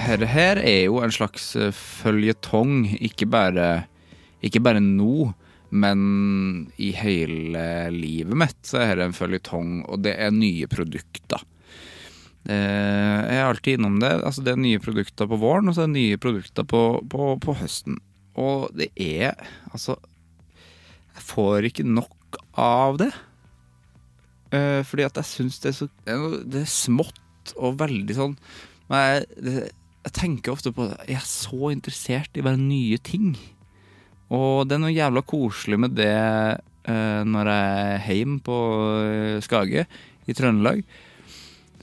Her, her er jo en slags eh, føljetong, ikke bare, ikke bare nå, men i hele livet mitt så er det en føljetong, og det er nye produkter. Eh, Jeg er alltid innom det. Altså, det er nye produkter på våren, og så er det nye produkter på, på, på høsten. Og det er Altså, jeg får ikke nok av det. Eh, Fordi at jeg syns det er så det er noe- Det er smått og veldig sånn Men jeg, det, jeg tenker ofte på det. Jeg er så interessert i bare nye ting. Og det er noe jævla koselig med det eh, når jeg er hjemme på eh, Skage i Trøndelag.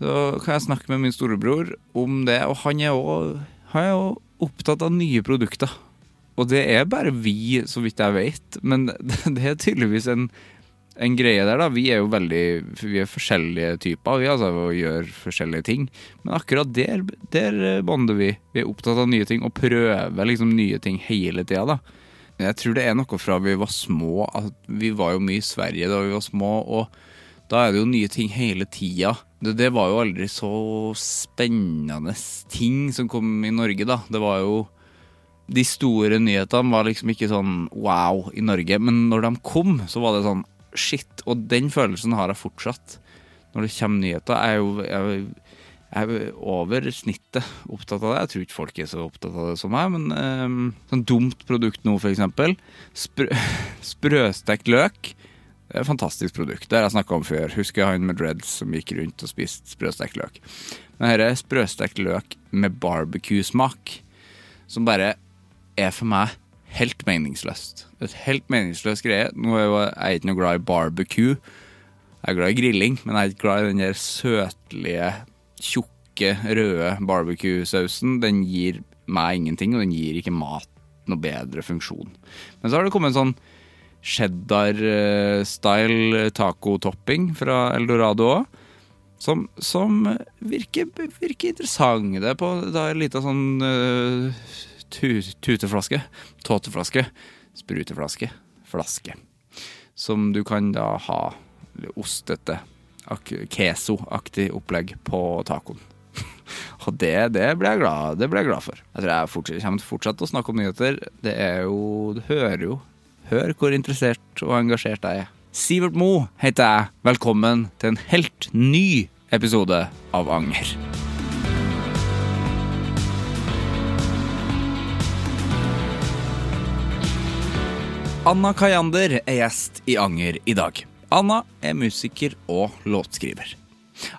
Så kan jeg snakke med min storebror om det, og han er òg han er jo opptatt av nye produkter. Og det er bare vi, så vidt jeg vet, men det, det er tydeligvis en, en greie der, da. Vi er jo veldig Vi er forskjellige typer, vi altså, og gjør forskjellige ting. Men akkurat der, der bonder vi. Vi er opptatt av nye ting og prøver liksom nye ting hele tida, da. Men Jeg tror det er noe fra vi var små. At vi var jo mye i Sverige da vi var små, og da er det jo nye ting hele tida. Det, det var jo aldri så spennende ting som kom i Norge, da. Det var jo De store nyhetene var liksom ikke sånn wow i Norge, men når de kom, så var det sånn shit. Og den følelsen har jeg fortsatt. Når det kommer nyheter, jeg er jo jeg, jeg er over snittet opptatt av det. Jeg tror ikke folk er så opptatt av det som meg, men ehm, sånn dumt produkt nå, for eksempel. Sprø sprøstekt løk. Det er et fantastisk produkt. Det har jeg snakka om før. Husker jeg han med dreads som gikk rundt og spiste sprøstekt løk. Men dette er sprøstekt løk med barbecue-smak, som bare er for meg helt meningsløst. Et helt meningsløst greie. Nå er jo jeg er ikke noe glad i barbecue. Jeg er glad i grilling, men jeg er ikke glad i den der søtlige, tjukke, røde barbecue-sausen. Den gir meg ingenting, og den gir ikke mat noe bedre funksjon. Men så har det kommet en sånn cheddar-style taco-topping fra Eldorado òg. Som, som virker, virker interessant. Det er på da en liten sånn eh, tu, tuteflaske. Tåteflaske. Spruteflaske. Flaske som du kan da ha ostete, ak- queso-aktig opplegg på tacoen. Og det, det, ble jeg glad, det ble jeg glad for. Jeg tror jeg fortsatt, kommer til å fortsette å snakke om nyheter. Det er jo Du hører jo. Hør hvor interessert og engasjert jeg er. Sivert Mo heter jeg. Velkommen til en helt ny episode av Anger. Anna Kayander er gjest i Anger i dag. Anna er musiker og låtskriver.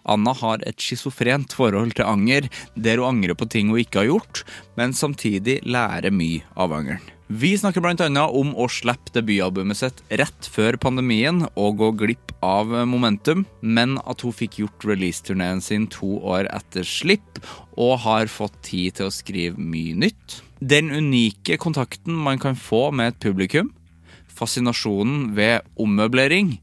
Anna har et schizofrent forhold til anger, der hun angrer på ting hun ikke har gjort, men samtidig lærer mye av angeren. Vi snakker bl.a. om å slippe debutalbumet sitt rett før pandemien og gå glipp av momentum, men at hun fikk gjort releaseturneen sin to år etter slipp, og har fått tid til å skrive mye nytt. Den unike kontakten man kan få med et publikum, fascinasjonen ved ommøblering,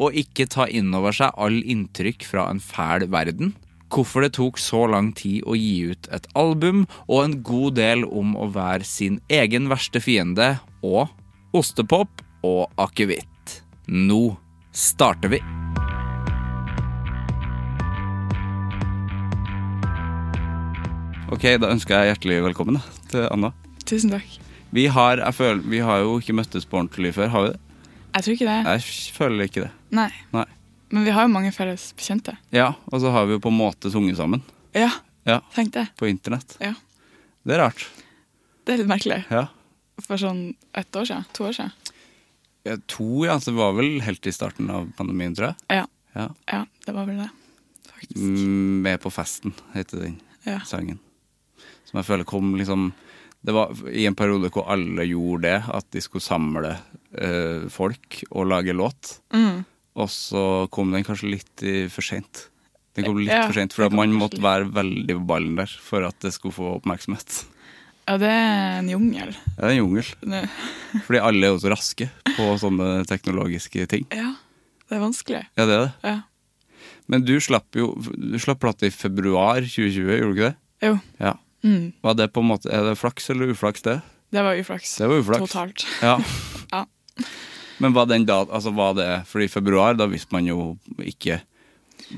og ikke ta inn over seg all inntrykk fra en fæl verden. Hvorfor det tok så lang tid å gi ut et album, og en god del om å være sin egen verste fiende, og ostepop og akevitt. Nå starter vi! Ok, da ønsker jeg hjertelig velkommen da, til Anna. Tusen takk. Vi har, jeg føler, vi har jo ikke møttes på ordentlig før, har vi det? Jeg tror ikke det. Jeg føler ikke det. Nei. Nei. Men vi har jo mange felles bekjente. Ja, og så har vi jo på en måte sunget sammen Ja, Ja. tenk det. på internett. Ja. Det er rart. Det er litt merkelig. Ja. For sånn ett år siden? To år siden? Ja, To, ja. så Det var vel helt i starten av pandemien, tror jeg. Ja. Ja. Ja, det var vel det. Faktisk. Mm, Med på festen, heter den Ja. sangen. Som jeg føler kom liksom Det var i en periode hvor alle gjorde det, at de skulle samle eh, folk og lage låt. Mm. Og så kom den kanskje litt i- for seint. Den kom litt Ja, for sent, for den at kom man kanskje måtte litt. være veldig på ballen der for at det skulle få oppmerksomhet. Ja, det er en jungel. Det er en jungel. Det, Fordi alle er jo så raske på sånne teknologiske ting. ja, det er vanskelig. Ja, det er det. Ja. Men du slapp jo du slapp plate i februar 2020, gjorde du ikke det? Jo. Ja. Mm. Var det på en måte, Er det flaks eller uflaks, det? Det var uflaks. Det var uflaks. Totalt. Ja. Ja. Men var den da altså var det, For i februar, da visste man jo ikke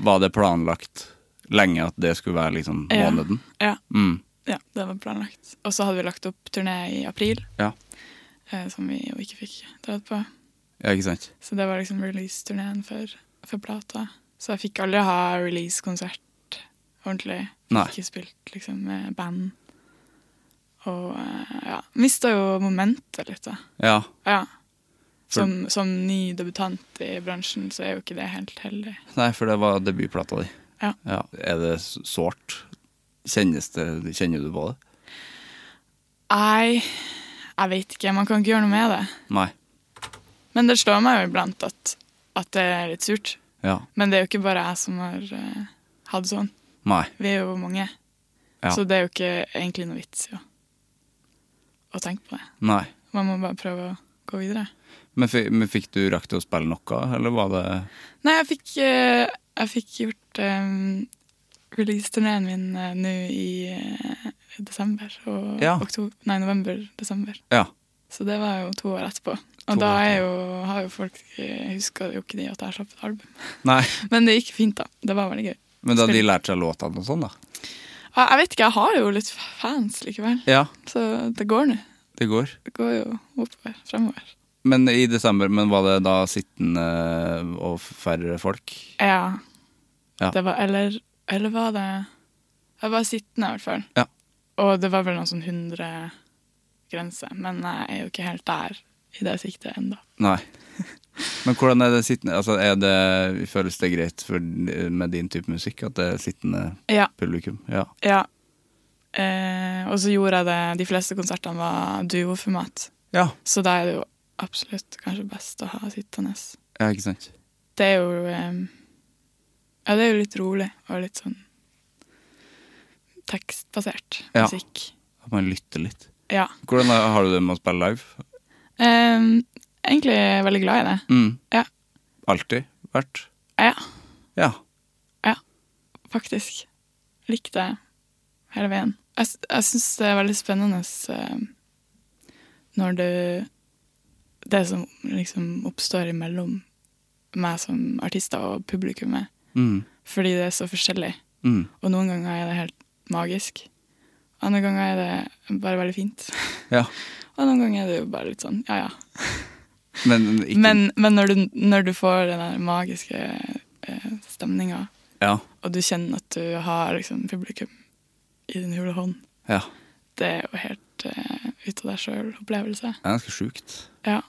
Var det planlagt lenge at det skulle være liksom Ja. måneden? Ja. Mm. ja, det var planlagt. Og så hadde vi lagt opp turné i april, Ja. eh, som vi jo ikke fikk dratt på. ja, ikke sant? Så det var liksom release-turneen for, for plata. Så jeg fikk aldri ha release-konsert ordentlig. Fikk Nei. Ikke spilt liksom med band. Og eh, ja, mista jo momentet litt, da. Ja. Ja. For- Som, som ny debutant i bransjen, så er jo ikke det helt heldig. Nei, for det var debutplata di. Ja. Er det s- sårt? Kjennes det Kjenner du på det? Nei, jeg vet ikke. Man kan ikke gjøre noe med det. Nei. Men det slår meg jo iblant at, at det er litt surt. Ja. Men det er jo ikke bare jeg som har eh, hatt sånn. Nei. Vi er jo mange. Ja. Så det er jo ikke egentlig noe vits i å, å tenke på det. Nei. Man må bare prøve å gå videre. Men, fi- men fikk du rakk til å spille noe, eller var det Nei, jeg fikk, eh, jeg fikk gjort um, releaseturneen min eh, nå i eh, desember og Ja. oktober, Nei, november-desember. Ja. Så det var jo to år etterpå. To Og da år er jo, har jo folk huska jo ikke de at jeg slapp et album. Nei. Men det gikk fint, da. Det var veldig gøy. Men da hadde de Spill. lært seg låtene og sånn, da? Og Jeg vet ikke, jeg har jo litt fans likevel. Ja, Så det går nå. det går. Det går jo oppover. Fremover. Men i desember, men var det da sittende og færre folk? Ja. Ja. Det var, eller, eller var det Jeg var sittende, i hvert fall. Ja. Og det var vel noen sånn 100-grense. Men jeg er jo ikke helt der i det siktet ennå. Nei. Men hvordan er det sittende? Altså, er det, føles det greit for, med din type musikk at det er sittende Ja. publikum? Ja. ja. Eh, og så gjorde jeg det De fleste konsertene var duoformat, Ja, så da er det jo absolutt kanskje best å ha sittende. ja ikke sant? Det er jo eh, Ja, det er jo litt rolig og litt sånn tekstbasert Ja. musikk. At man lytter litt. Ja. Hvordan er- har du det med å spille live? Um, egentlig er jeg veldig glad i det. Mm. Ja. Alltid vært? Ja, Ja. faktisk. Likte det hele veien. Jeg, s- jeg syns det er veldig spennende um, når du Det som liksom oppstår imellom meg som artist og publikummet. Mm. Fordi det er så forskjellig. Mm. Og noen ganger er det helt magisk. Andre ganger er det bare veldig fint. Ja. Og noen ganger er det jo bare litt sånn ja, ja. Men ikke Men, men når, du, når du får den der magiske eh, stemninga, Ja. og du kjenner at du har liksom, publikum i din hule hånd, ja. det er jo helt eh, ut av deg sjøl-opplevelse. Det er ganske sjukt. Ja.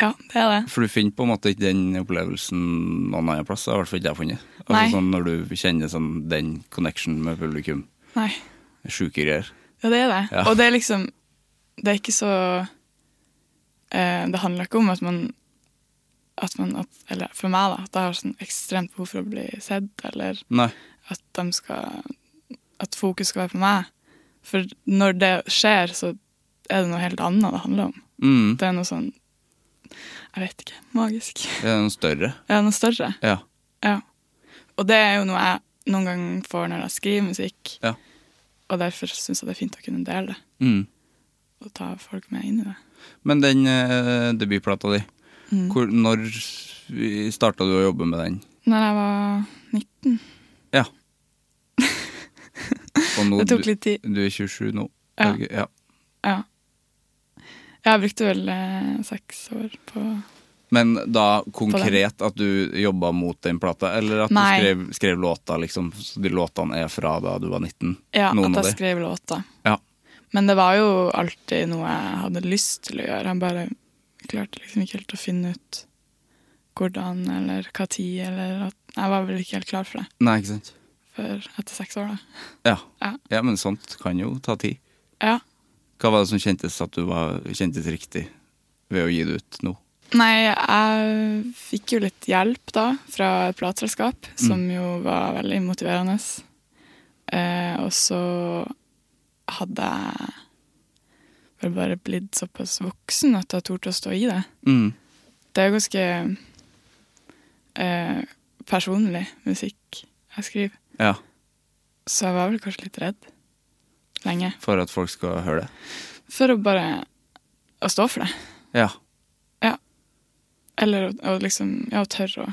Ja, det er det. For du finner på en måte ikke den opplevelsen noen annen plass. I hvert fall ikke jeg har funnet. Altså Nei. sånn Når du kjenner sånn den connection med publikum. Nei, Sjuke greier. ja, det er det. Ja. Og det er liksom Det er ikke så eh, Det handler ikke om at man at man, at, eller for meg, da, at jeg har sånn ekstremt behov for å bli sett, eller Nei. at de skal At fokus skal være på meg. For når det skjer, så er det noe helt annet det handler om. Mm. Det er noe sånn Jeg vet ikke. Magisk. Det er noe større. Ja, noe større. Ja. Ja. Og det er jo noe jeg noen gang får når jeg skriver musikk. Ja. Og derfor syns jeg det er fint å kunne dele det, Mm. og ta folk med inn i det. Men den eh, debutplata di, Mm. hvor, når starta du å jobbe med den? Når jeg var 19 Ja. Og nå, Det tok litt tid. du, du er 27 nå? Ja. Ok, ja. Ja. Jeg brukte vel eh, seks år på Men da konkret at du jobba mot den plata, eller at Nei. du skrev, skrev låta, liksom? Så de låtene er fra da du var 19? ja, Noen at av jeg de? skrev låter. Ja. Men det var jo alltid noe jeg hadde lyst til å gjøre. Jeg bare klarte liksom ikke helt å finne ut hvordan eller hva tid, eller at Jeg var vel ikke helt klar for det Nei, ikke sant? før etter seks år, da. Ja. Ja. ja, men sånt kan jo ta tid. Ja. Hva var det som kjentes at du var, kjentes riktig ved å gi det ut nå? Nei, jeg fikk jo litt hjelp da fra et plateselskap, Mm. som jo var veldig motiverende. Eh, og så hadde jeg vel bare blitt såpass voksen at jeg torde å stå i det. Mm. Det er jo ganske eh, personlig musikk jeg skriver, Ja, så jeg var vel kanskje litt redd lenge for at folk skal høre det. for å bare å stå for det. Ja. Eller å, å liksom Ja, å tørre å,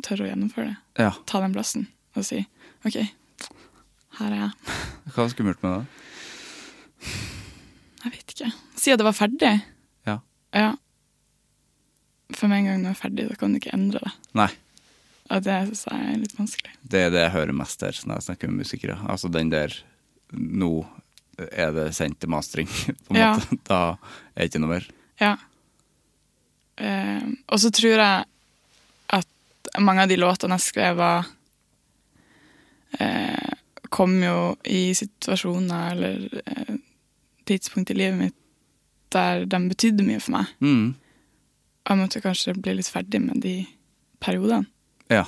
tørre å gjennomføre det. ja. ta den plassen og si OK, her er jeg. Hva var skummelt med det? Jeg vet ikke. Si at det var ferdig. Ja. Ja. For med en gang det er ferdig, så kan du ikke endre det. Nei, Og det syns jeg er litt vanskelig. det er det jeg hører mest her når jeg snakker med musikere. Altså den der Nå er det sendt til mastering, på en Ja. måte. Da er det ikke noe mer. Ja. Eh, og så tror jeg at mange av de låtene jeg skrev, var eh, Kom jo i situasjoner eller eh, tidspunkt i livet mitt der de betydde mye for meg. Mm. Og jeg måtte kanskje bli litt ferdig med de periodene Ja.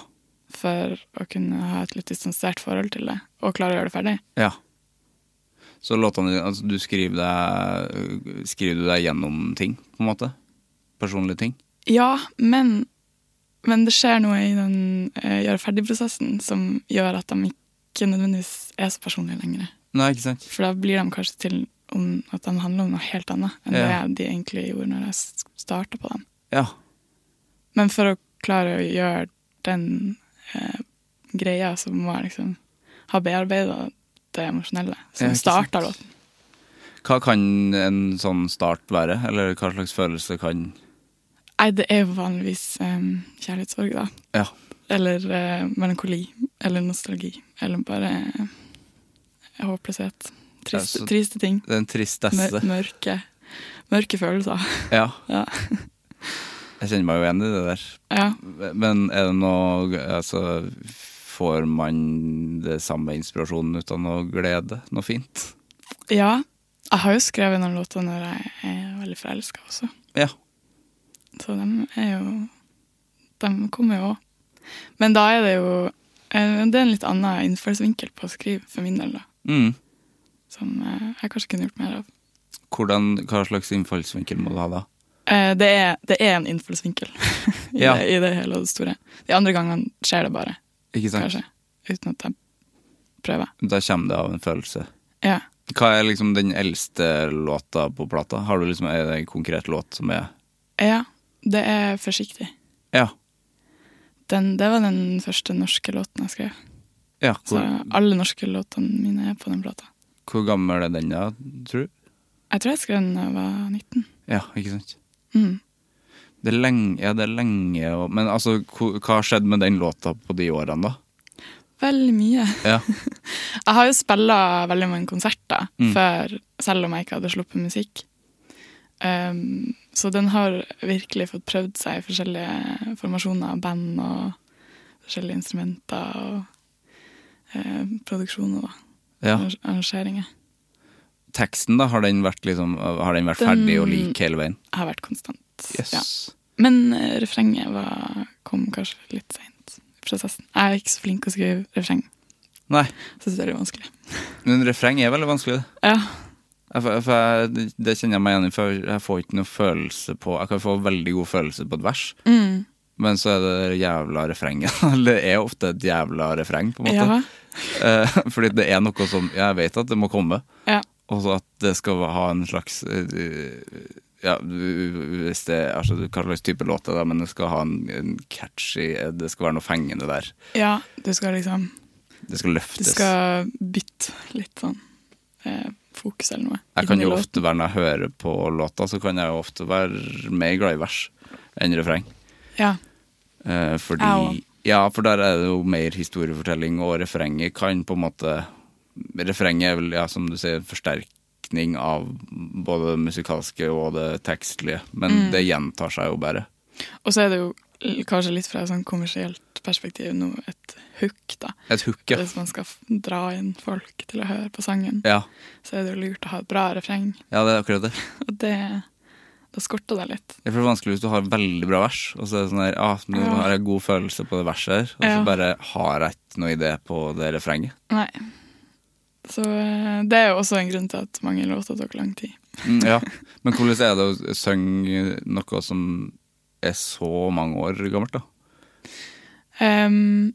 for å kunne ha et litt distansert forhold til det og klare å gjøre det ferdig. Ja. Så låtene dine altså, Du skriver deg Skriver du deg gjennom ting, på en måte? Personlige ting? Ja, men, men det skjer noe i den eh, gjøre ferdig-prosessen som gjør at de ikke nødvendigvis er så personlige lenger. Nei, ikke sant? For da blir de kanskje til om at de handler om noe helt annet enn det Ja. de egentlig gjorde når jeg starta på dem. Ja. Men for å klare å gjøre den eh, greia, så må jeg liksom ha bearbeida det emosjonelle Ja, som ikke starta sant. låten. Hva kan en sånn start være? Eller hva slags følelse kan Nei, det er jo vanligvis em, kjærlighetssorg, da. Ja. Eller eh, melankoli. Eller nostalgi. Eller bare eh, håpløshet. Triste, Ja, så- triste ting. Den Mør tristesse. mørke. Mørke følelser. Ja. Ja. Jeg kjenner meg jo igjen i det der. Ja. Men er det noe Altså, får man det samme inspirasjonen ut av noe glede? Noe fint? ja. Jeg har jo skrevet noen låter når jeg er veldig forelska også, Ja. så de er jo De kommer jo òg. Men da er det jo eh, Det er en litt annen innfallsvinkel på å skrive, for min del, da. Mm. Som eh, jeg kanskje kunne gjort mer av. Hvordan, hva slags innfallsvinkel må du ha da? Eh, Det er, det er en innfallsvinkel i, Ja. det, i det hele og det store. De andre gangene skjer det bare, Ikke sant? kanskje. Uten at jeg prøver. Da kommer det av en følelse. Ja. Hva er liksom den eldste låta på plata? Har du liksom er det en konkret låt som er ja. Det er forsiktig. Ja. Den, det var den første norske låten jeg skrev. ja Så hvor, alle norske låtene mine er på den plata. hvor gammel er den da, tror du? Jeg tror jeg skrev den da jeg var 19. Ja, ikke sant? Mm. Det er lenge, ja, det er lenge og, Men altså, hvor- hva har skjedd med den låta på de årene, da? Veldig mye. Ja. Jeg har jo spilla veldig mange konserter Mm. før, selv om jeg ikke hadde sluppet musikk. Um, Så den har virkelig fått prøvd seg i forskjellige formasjoner av band og forskjellige instrumenter og eh, produksjoner, da. Ja. Arrange- Arrangeringer. Teksten, da, har den vært, liksom, har den vært Den- ferdig og lik hele veien? Har vært konstant. Yes. Ja. Men eh, refrenget var, kom kanskje litt seint i prosessen. Jeg er ikke så flink til å skrive refreng. Nei, Syns det er litt vanskelig. men refreng er veldig vanskelig. det. Ja, Jeg, får- jeg, får- det kjenner jeg meg igjen i, for jeg får ikke noe følelse på Jeg kan få veldig god følelse på et vers, mm. men så er det det jævla refrenget. Eller det er ofte et jævla refreng, på en måte. ja. Eh, Fordi det er noe som Jeg vet at det må komme, Ja. og så at det skal ha en slags eh, Ja, du- hvis det er altså, hva slags type låt det er, men det skal ha en, en catchy eh, Det skal være noe fengende der. ja, du skal liksom Det skal Du løftes. skal bytte litt sånn eh, fokus eller noe. Jeg kan Inni jo låten. ofte være Når jeg hører på låta, så kan jeg jo ofte være mer glad i vers enn refreng. Ja. Eh, fordi Jeg òg. Ja, for der er det jo mer historiefortelling, og refrenget kan på en måte Refrenget er vel, ja, som du sier, en forsterkning av både det musikalske og det tekstlige, men Mm. det gjentar seg jo bare. Og så er det jo l- kanskje litt fra et sånn kommersielt perspektiv nå et hook, da. Et hook, ja. Hvis man skal f- dra inn folk til å høre på sangen, ja. så er det jo lurt å ha et bra refreng. Ja, det er akkurat det. Og det Da skorter det litt. Det er for vanskelig hvis du har veldig bra vers, og så er det sånn her ah, Nå Ja. har jeg god følelse på det verset her, og så Ja. bare har jeg ikke noe idé på det refrenget. Nei. Så eh, det er jo også en grunn til at mange låter tok lang tid. Mm, ja. Men hvordan er det å synge noe som er så mange år gammelt, da? Ehm,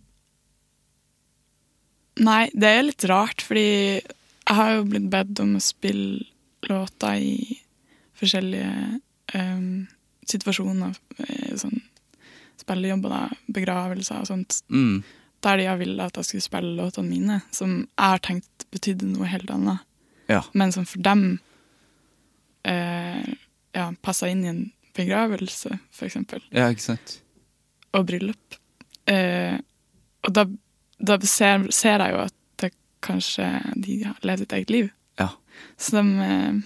nei, det er litt rart, fordi jeg har jo blitt bedt om å spille låter i forskjellige ehm, situasjoner. eh, Sånn spillejobber, da, begravelser og sånt. Mm. Der de har villet at jeg skulle spille låtene mine, som jeg har tenkt betydde noe helt annet. Ja. Men som for dem eh, ja, passa inn i en begravelse, for eksempel Ja, ikke sant? og bryllup. Eh, og da, da ser, ser jeg jo at det kanskje de har levd et eget liv. Ja. Så de, eh,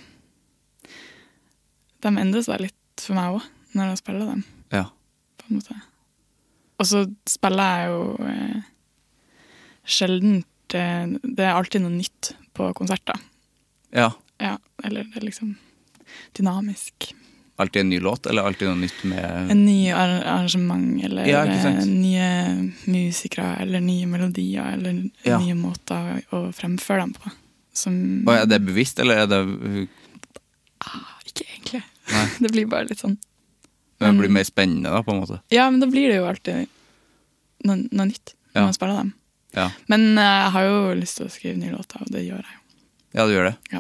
de endrer seg litt for meg òg, når jeg spiller dem. Ja. på en måte. Og så spiller jeg jo eh, sjeldent eh, Det er alltid noe nytt på konserter. ja. Ja, eller det er liksom dynamisk. Alltid en ny låt, eller alltid noe nytt med En ny ar- arrangement, eller Mm. Ja, ikke sant. eh, nye musikere, eller nye melodier, eller Ja. nye måter å fremføre dem på. Som Å, Er det bevisst, eller er det ikke egentlig. Nei. Det blir bare litt sånn. det blir mer spennende, da, på en måte? Ja, men da blir det jo alltid noe, noe nytt når Ja. man spiller dem. Ja. Men eh, jeg har jo lyst til å skrive nye låter, og det gjør jeg jo. Ja, du gjør det? Ja.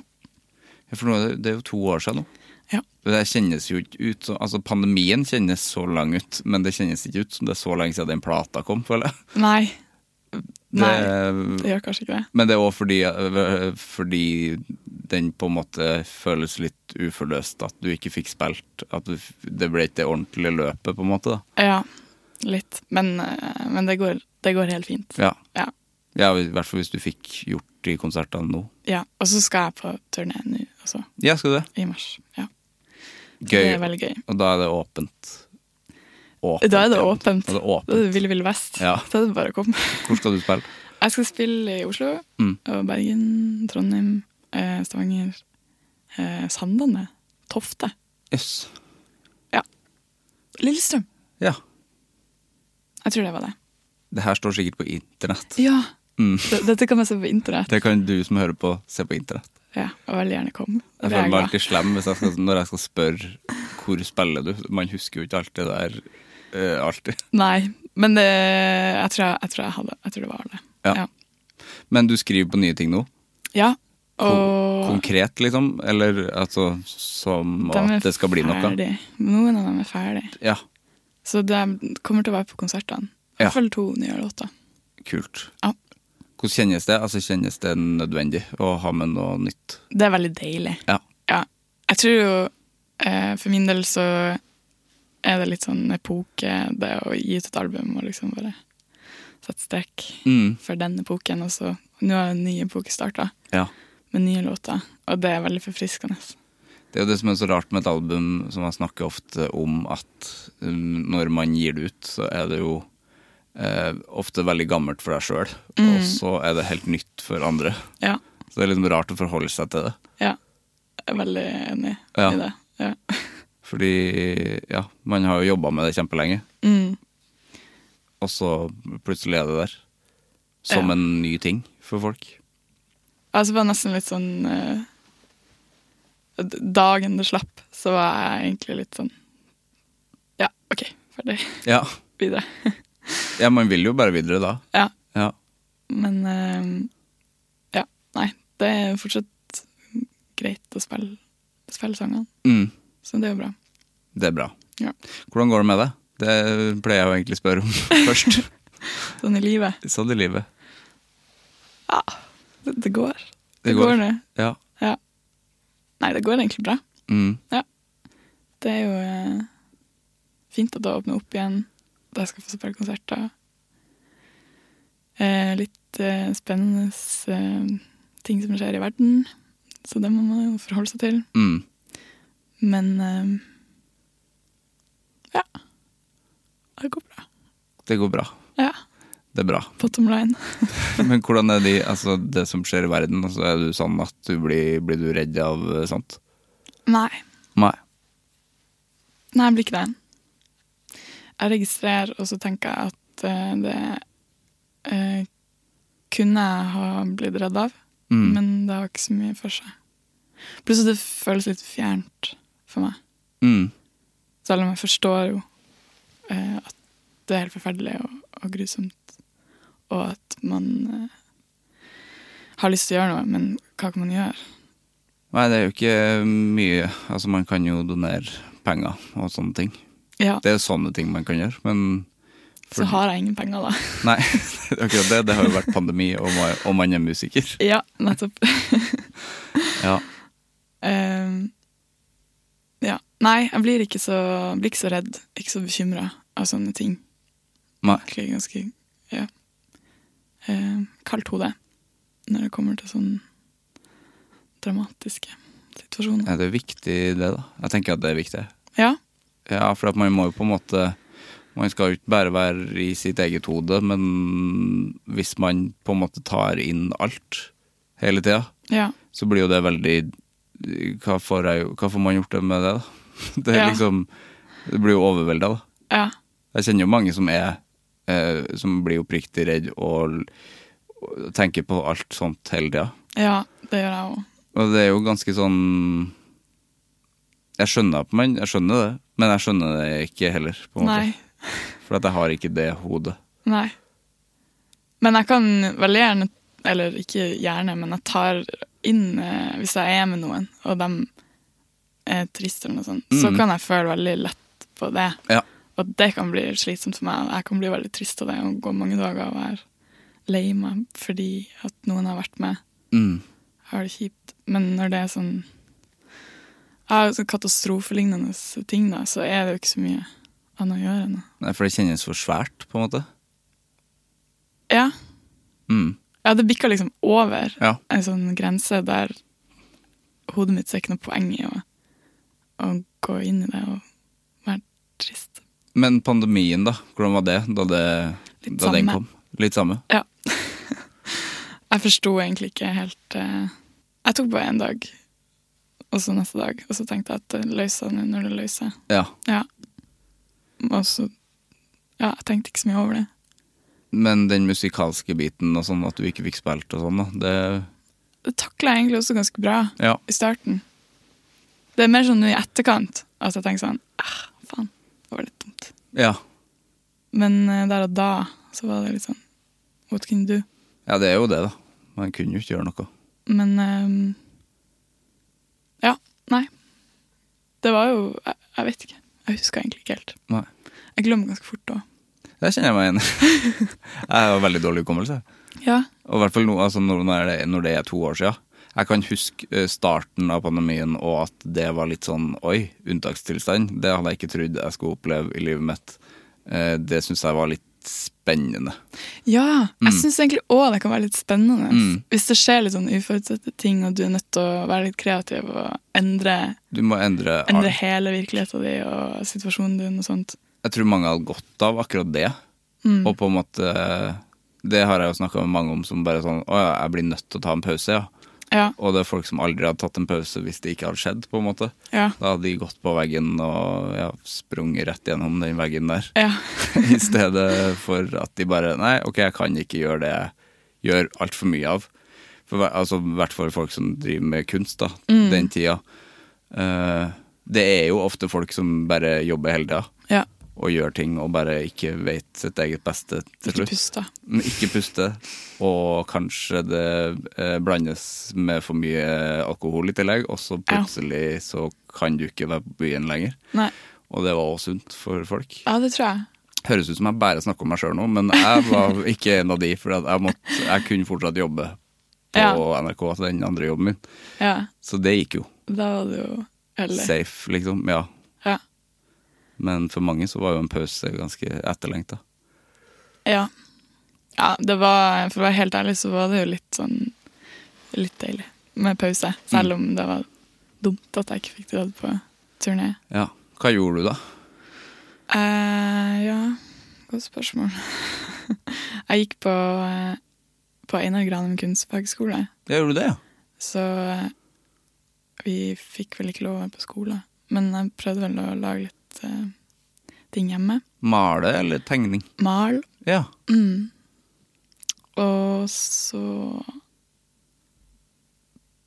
Ja, For nå, er det- det er jo to år siden nå. Ja. Det kjennes jo ikke ut som Altså, pandemien kjennes så lang ut, men det kjennes ikke ut som det er så lenge siden den plata kom, føler jeg. Nei, Nei. Det, det gjør kanskje ikke det. men det er òg fordi, fordi den på en måte føles litt uforløst, at du ikke fikk spilt. At du, f- det ble ikke det ordentlige løpet, på en måte. da Ja, litt. Men, eh, men det, går, det går helt fint. Ja. Ja. Ja, I hvert fall hvis du fikk gjort de konsertene nå. Ja, Og så skal jeg på turné nå også, Ja, skal du det? i mars. Ja. Så Det Gøy. er veldig gøy. Og da er det åpent. Åpent, Da er det ja. åpent. Da er det Da er åpent. det Ville Ville Vest. Ja. Da er det bare å komme. Hvor skal du spille? Jeg skal spille i Oslo Mm. og Bergen, Trondheim, eh, Stavanger, eh, Sandane, Tofte, Jøss. Lillestrøm. Ja. Jeg tror det var det. Det her står sikkert på internett. Ja! Mm. D- Dette kan man se på internett. Det kan du som hører på, se på internett. Ja, og veldig gjerne komme. Jeg Det er føler meg glad. alltid slem hvis jeg skal, når jeg skal spørre hvor spiller du. Man husker jo ikke alt det der eh, alltid. Nei, men det, jeg, tror jeg, jeg tror jeg hadde Jeg tror det var det. Ja. Ja. Men du skriver på nye ting nå? Ja, Kon og konkret, liksom? Eller altså som at det skal bli noe? ferdig. Noen av dem er ferdig. Ja, Så de kommer til å være på konsertene. I Ja. hvert fall to nye låter. kult. Ja. Hvordan kjennes det? Altså Kjennes det nødvendig å ha med noe nytt? Det er veldig deilig. Ja. Ja. Jeg tror jo eh, For min del så er det litt sånn epoke, det å gi ut et album og liksom bare sette strek Mm. for den epoken. Og så nå har en ny epoke starta Ja. med nye låter, og det er veldig forfriskende. Det er jo det som er så rart med et album som jeg snakker ofte om, at um, når man gir det ut, så er det jo eh, ofte veldig gammelt for deg sjøl, Mm. og så er det helt nytt for andre. Ja. Så det er liksom rart å forholde seg til det. ja. Jeg er veldig enig Ja. i det. Ja. Fordi ja, man har jo jobba med det kjempelenge, Mm. og så plutselig er det der. Som Ja. en ny ting for folk. Altså, det var nesten litt sånn eh, d- Dagen det slapp, så var jeg egentlig litt sånn Ja, OK, ferdig. Ja. Videre. ja, man vil jo bare videre da. Ja. Ja. Men eh, Ja, nei. Det er fortsatt greit å spille, spille sangene, Mm, så det er jo bra. det er bra. Ja. Hvordan går det med deg? Det pleier jeg jo egentlig å spørre om først. Sånn i livet. Sånn i livet. Det, det går. Det Det, går. går. det. Ja. Ja. Nei, det går egentlig bra. Mm. Det er jo eh, fint at det åpner opp igjen. Da jeg skal få spille konserter. Eh, litt eh, spennende eh, ting som skjer i verden. Så det må man jo forholde seg til. Mm. Men eh, ja. Det går bra. Det går bra. Ja. Det er bra. Bottom line. Men hvordan er de, altså, det som skjer i verden? Altså, er du sånn at du blir, blir du redd av eh, sånt? Nei. Nei. Nei, jeg blir ikke det. Jeg registrerer, og så tenker jeg at eh, det eh, kunne jeg ha blitt redd av, Mm. men det har ikke så mye for seg. Pluss at det føles litt fjernt for meg, Mm. selv om jeg forstår jo eh, at det er helt forferdelig og, og grusomt, og at man eh, har lyst til å gjøre noe, men hva kan man gjøre? Nei, det er jo ikke mye. Altså, man kan jo donere penger og sånne ting. Ja, Det er jo sånne ting man kan gjøre, men så har jeg ingen penger, da. Nei, det er akkurat det. Det har jo vært pandemi, og man, og man er musiker. Ja, nettopp. Ja. Ehm, ja. Nei, jeg blir ikke så, blir ikke så redd, ikke så bekymra av sånne ting. Nei. Egentlig ganske ja. Ehm, kaldt hode når det kommer til sånne dramatiske situasjoner. Er det viktig, det, da? Jeg tenker at det er viktig. Ja. Ja, for at man må jo på en måte Man skal jo ikke bare være i sitt eget hode, men hvis man på en måte tar inn alt hele tida, ja. så blir jo det veldig Hva får, jeg, hva får man gjort med det, da? Det er Ja. liksom Det blir jo overvelda, da. Ja. Jeg kjenner jo mange som er eh, Som blir oppriktig redd og, og tenker på alt sånt hele tida. Ja, det gjør jeg òg. Og det er jo ganske sånn Jeg skjønner at man Jeg skjønner det, men jeg skjønner det ikke heller, på en måte. Nei. For at jeg har ikke det hodet. Nei. Men jeg kan veldig gjerne Eller ikke gjerne, men jeg tar inn eh, Hvis jeg er med noen, og de er triste eller noe sånt, så Mm. kan jeg føle veldig lett på det. Ja. Og det kan bli slitsomt for meg. og Jeg kan bli veldig trist av det og gå mange dager og være lei meg fordi at noen har vært med, Mm. har det kjipt. Men når det er sånn ja, sånn katastrofelignende ting, da, så er det jo ikke så mye annet å gjøre enn å Nei, For det kjennes for svært, på en måte. Ja. Mm. Ja, det bikka liksom over Ja. en sånn grense der hodet mitt ser ikke noe poeng i å, å gå inn i det og være trist. Men pandemien, da? Hvordan var det da, det, Litt da den samme. kom? Litt samme. Ja. jeg forsto egentlig ikke helt eh, Jeg tok bare én dag, og så neste dag. Og så tenkte jeg at det løser seg nå når det løser seg. Ja. Ja. Og så Ja, jeg tenkte ikke så mye over det. Men den musikalske biten og sånn, at du ikke fikk spilt og sånn, da. Det Det takla jeg egentlig også ganske bra. Ja. i starten. Det er mer sånn nå i etterkant at jeg tenker sånn ah, faen, det var litt dumt. Ja. Men eh, der og da så var det litt sånn what can you do? ja, det er jo det, da. Man kunne jo ikke gjøre noe. Men ehm, ja, nei. Det var jo jeg, jeg vet ikke. Jeg husker egentlig ikke helt. Nei. Jeg glemmer ganske fort òg. Der kjenner jeg meg igjen. jeg har veldig dårlig hukommelse. Ja. Og i hvert fall nå, altså når, når, det, når det er to år siden. Jeg kan huske eh, starten av pandemien og at det var litt sånn oi, unntakstilstand. Det hadde jeg ikke trodd jeg skulle oppleve i livet mitt. Eh, Det syns jeg var litt litt spennende. Ja, jeg syns egentlig òg det kan være litt spennende. Hvis det skjer litt sånn uforutsette ting, og du er nødt til å være litt kreativ og endre, Du må endre, endre hele virkeligheten din og situasjonen din og sånt. Mm. Jeg tror mange hadde godt av akkurat det. Og på en måte eh, Det har jeg jo snakka med mange om som bare sånn Å ja, jeg blir nødt til å ta en pause, ja. Ja, Og det er folk som aldri hadde tatt en pause hvis det ikke hadde skjedd, på en måte. ja, Da hadde de gått på veggen og ja, sprunget rett gjennom den veggen der. ja. I stedet for at de bare Nei, ok, jeg kan ikke gjøre det jeg gjør altfor mye av. For, hver- altså, I hvert fall folk som driver med kunst, da. Mm. Den tida. Eh, det er jo ofte folk som bare jobber hele tida ja. og gjør ting og bare ikke vet sitt eget beste til Ikke slutt. puste. Men Ikke puste. Og kanskje det eh, blandes med for mye alkohol i tillegg, og så Ja. plutselig så kan du ikke være på byen lenger. Nei. Og det var også sunt for folk. Ja, det tror jeg. Høres ut som jeg bare snakker om meg sjøl nå, men jeg var ikke en av de. For at jeg, måtte, jeg kunne fortsatt jobbe på Ja. NRK, altså den andre jobben min. Ja, Så det gikk jo. da var det jo Eller Safe, liksom. Ja. Ja. Men for mange så var jo en pause ganske etterlengta. Ja. ja det var, for å være helt ærlig, så var det jo litt sånn Litt deilig med pause. Mm. Selv om det var dumt at jeg ikke fikk dratt på turné. Ja. Hva gjorde du, da? Eh, ja, godt spørsmål. jeg gikk på, eh, på Einar Granum kunstfagskole, Ja, gjorde du det, ja? så eh, vi fikk vel ikke lov å være på skole. Men jeg prøvde vel å lage litt eh, ting hjemme. Male eller tegning? Mal. Mm. Ja. Og så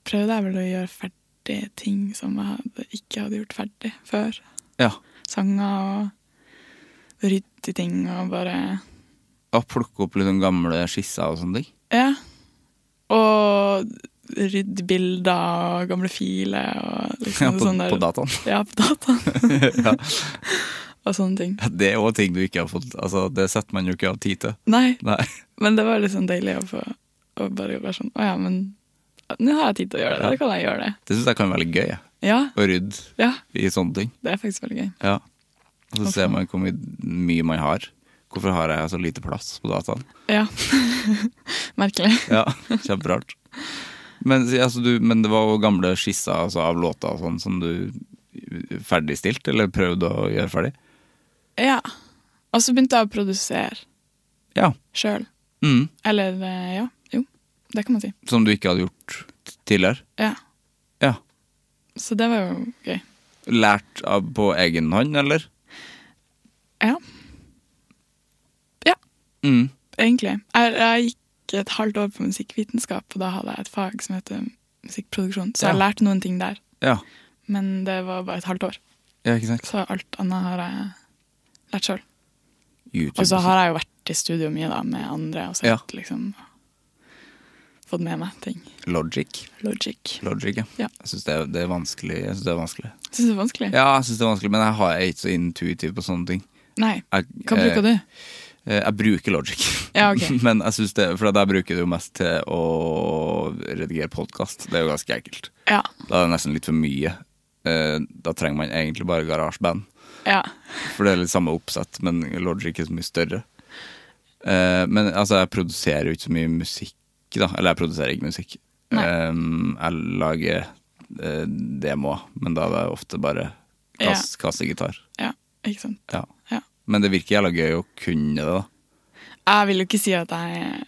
prøvde jeg vel å gjøre ferdig ting som jeg hadde, ikke hadde gjort ferdig før. ja. Sanger og rydde i ting og bare Og plukke opp liksom gamle skisser og sånne ting? Ja. Og rydde bilder og gamle filer og liksom Ja, på, sånn der. på dataen. Ja, på dataen. og sånne ting. Det er òg ting du ikke har fått Altså, det setter man jo ikke av tid til. Nei, Nei. men det var liksom deilig å få å bare være sånn Å ja, men nå har jeg tid til å gjøre det. Da kan jeg gjøre det. Det syns jeg kan være litt gøy, jeg. Ja, å rydde ja. i sånne ting. Det er faktisk veldig gøy. Ja. Og så ser man hvor mye- mye man har. Hvorfor har jeg så lite plass på dataen? Ja. Merkelig. Ja, Kjemperart. Men, altså, du, men det var jo gamle skisser altså, av låter og sånn som du ferdigstilte, eller prøvde å gjøre ferdig? Ja. Og så begynte jeg å produsere Ja. sjøl. Mm. Eller eh, ja, jo. Det kan man si. Som du ikke hadde gjort t- tidligere? Ja. Ja. Så det var jo gøy. Lært av på egen hånd, eller? Ja. Ja, Mm. egentlig. Jeg, jeg gikk et halvt år på musikkvitenskap, og da hadde jeg et fag som heter musikkproduksjon. Så jeg Ja. lærte noen ting der, Ja. men det var bare et halvt år. ja, ikke sant? Så alt annet har jeg lært sjøl. YouTube. Og så og har jeg jo vært i studio mye da, med andre og sett, Ja. liksom Fått med meg ting. sånn. Logic. Logic. Logic, ja. Ja. Jeg syns det, er- det er vanskelig. Jeg synes det er vanskelig. Syns du det er vanskelig? Ja, jeg synes det er vanskelig, men jeg, har, jeg er ikke så intuitiv på sånne ting. Nei. Jeg, Hva bruker du? Eh, Jeg bruker Logic. Ja, ok. Men jeg synes det, for at jeg bruker det jo mest til å redigere podkast. Det er jo ganske enkelt. Ja. Da er det nesten litt for mye. Eh, Da trenger man egentlig bare garasjeband. Ja. For det er litt samme oppsett, men Logic er så mye større. Eh, Men altså, jeg produserer jo ikke så mye musikk, da. Eller jeg produserer ikke musikk. Nei. Eh, Jeg lager eh, demoer, men da er det ofte bare Ja. kass, kassegitar. ja. Ikke sant. Ja. Ja. Men det virker jævla gøy å kunne det, da. Jeg vil jo ikke si at jeg er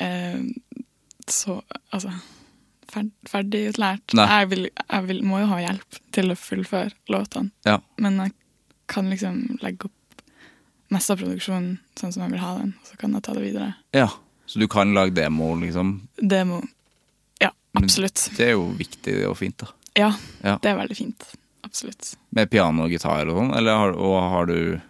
eh, så Altså ferd, ferdigutlært. Nei. Jeg, vil, jeg vil, må jo ha hjelp til å fullføre låtene, Ja. men jeg kan liksom legge opp mest av produksjonen sånn som jeg vil ha den, og så kan jeg ta det videre. Ja, så du kan lage demo, liksom. Det må Ja, Mm. absolutt. Det er jo viktig og fint, da. Ja, Ja. det er veldig fint. Absolutt. Med piano og gitar og sånn, eller har, og har du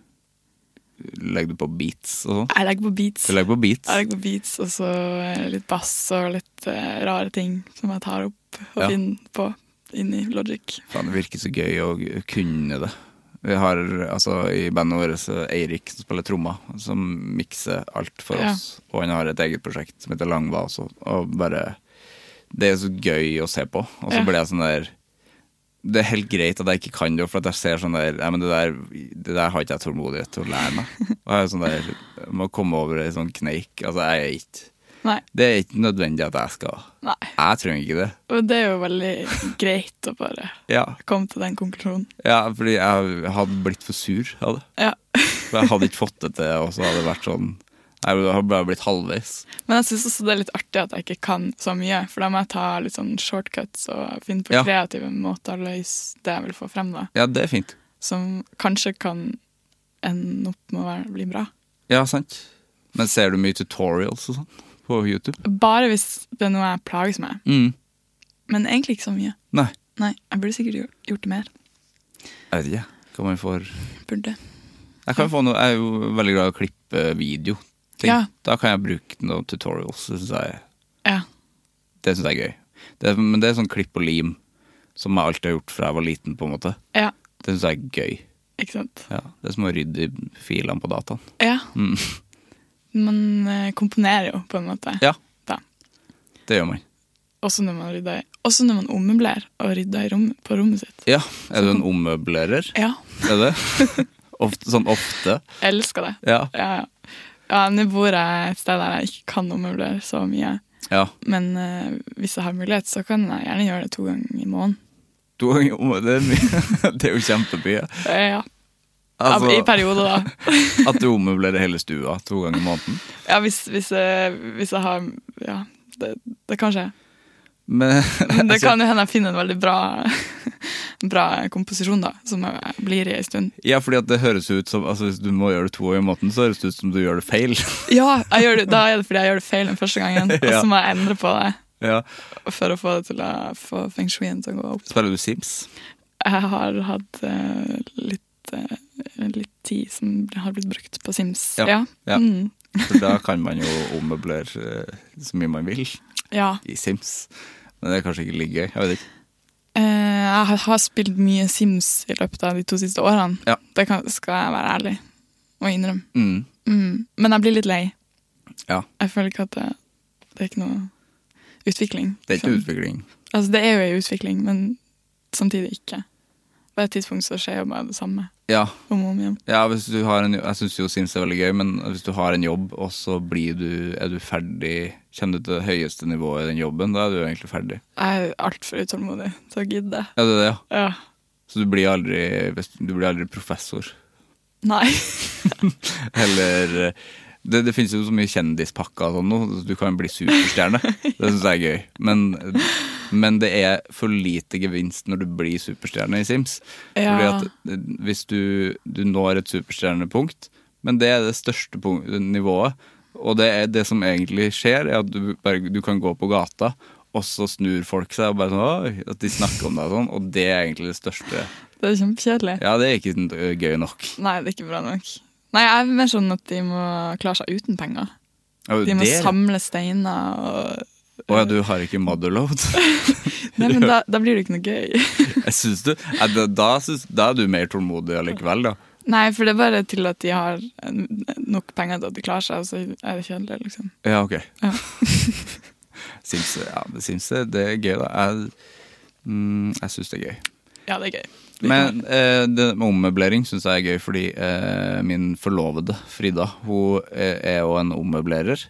Legger du på beats og sånn? Jeg legger på beats. Du legger på beats? Jeg legger på beats, og så eh, litt bass og litt eh, rare ting som jeg tar opp og Ja. finner på inn i Logic. Faen, det virker så gøy å kunne det. Vi har altså i bandet vårt så Eirik som spiller trommer, som mikser alt for Ja. oss. Og han har et eget prosjekt som heter Langva også. Og bare Det er så gøy å se på. Og så Ja. blir jeg sånn der det er helt greit at jeg ikke kan det, for at jeg ser sånn der Nei, men det der, det der har ikke jeg tålmodighet til å lære meg. Og jeg er sånn der jeg Må komme over ei sånn kneik. Altså, jeg er ikke Nei. Det er ikke nødvendig at jeg skal. Nei. Jeg trenger ikke det. Og det er jo veldig greit å bare Ja, komme til den konklusjonen. ja fordi jeg hadde blitt for sur av det. Ja. For jeg hadde ikke fått det til, og så hadde det vært sånn Jeg hadde bare blitt halvveis. Men jeg syns også det er litt artig at jeg ikke kan så mye, for da må jeg ta litt sånn shortcuts og finne på Ja. kreative måter å løse det jeg vil få frem, da. Ja, det er fint. Som kanskje kan ende opp med å være- bli bra. Ja, sant. Men ser du mye tutorials og sånn på YouTube? Bare hvis det er noe jeg plages med. Mm. Men egentlig ikke så mye. Nei. Nei, jeg burde sikkert gjort, gjort det mer. Jeg vet ikke. Hva man får Burde. Jeg, kan jo få noe, jeg er jo veldig glad i å klippe video. Ting. Ja. Da kan jeg bruke noen tutorials. Det syns jeg, Ja. det synes jeg er gøy. Det, er- men det er sånn klipp og lim som jeg alltid har gjort fra jeg var liten. på en måte Ja, Det syns jeg er gøy. ikke sant. Ja, det er som å rydde i filene på dataen. Ja. Mm. Man eh, komponerer jo, på en måte. Ja, Da. det gjør man. Også når man rydder i Også når man ommøblerer og rydder i rom, på rommet sitt. Ja, Er du en ommøblerer? Ja. Er du det? Ofte, sånn ofte? Jeg elsker det. Ja. Ja, ja. ja nå bor jeg et sted der jeg ikke kan ommøblere så mye. ja. Men eh, hvis jeg har mulighet, så kan jeg gjerne gjøre det to ganger i måneden. To ganger om- det er, mye. det er jo kjempemye. Eh, ja. Av- I Altså, perioder, da. at du ommøblerer hele stua to ganger i måneden. Ja, hvis, hvis, eh, hvis jeg har Ja, det, det kan skje. Men, Men det altså- kan jo hende jeg finner en veldig bra, bra komposisjon, da, som jeg blir i ei stund. Ja, fordi at det høres ut som altså Hvis du må gjøre det to ganger i måneden, så høres det ut som du gjør det feil. Ja, jeg gjør det, da er det fordi jeg gjør det feil den første gangen, og Ja. så må jeg endre på det ja. for å få det til å få feng shuien til å gå opp. Spiller du Sims? Jeg har hatt eh, litt, eh, litt tid som har blitt brukt på Sims. Ja, Ja. ja. Mm, For da kan man jo ommøblere eh, så mye man vil ja. i Sims. Men det er kanskje ikke like gøy. Jeg vet ikke. Eh, jeg har- har spilt mye Sims i løpet av de to siste årene. Ja. Det kan, skal jeg være ærlig og innrømme. Mm. Mm. Men jeg blir litt lei. Ja. Jeg føler ikke at det, det er ikke noe utvikling. Det er ikke liksom. utvikling. Altså, det er jo en utvikling, men samtidig ikke. På et tidspunkt så skjer jo bare det samme Ja, om og om igjen. ja hvis du har en, jeg syns jo Sims er veldig gøy, men hvis du har en jobb, og så blir du, er du ferdig Kommer du til det høyeste nivået i den jobben, da er du jo egentlig ferdig. Jeg er altfor utålmodig til å gidde. Ja, det er det, ja. Ja. Så du blir aldri, hvis- du blir aldri professor. Nei. Eller eh, det, det finnes jo så mye kjendispakker og sånn nå, så du kan bli superstjerne. Det syns jeg er gøy. Men, men det er for lite gevinst når du blir superstjerne i Sims. Fordi Ja. at eh, hvis du, du når et superstjernepunkt, men det er det største punkt, nivået, og det, er det som egentlig skjer, er at du, bare, du kan gå på gata, og så snur folk seg og bare sånn Oi! At de snakker om deg og sånn, og det er egentlig det største. Det er kjempekjedelig. Ja, det er ikke eh, gøy nok. Nei, det er ikke bra nok. Nei, jeg er mer sånn at de må klare seg uten penger. Og De må det- samle steiner og Å ja, du har ikke motherload? Nei, men da, da blir det ikke noe gøy. Jeg synes du, ja, da, da, synes, da er du mer tålmodig allikevel, da. Nei, for det er bare til at de har eh, nok penger til at de klarer seg, og så er det kjedelig, liksom. Ja, ok. Ja. Sims, ja, det Sims det er gøy, da. Jeg, mm, jeg syns det er gøy. Ja, det er gøy. Men eh, det med ommøblering syns jeg er gøy, fordi eh, min forlovede, Frida, hun eh, er jo en ommøblerer.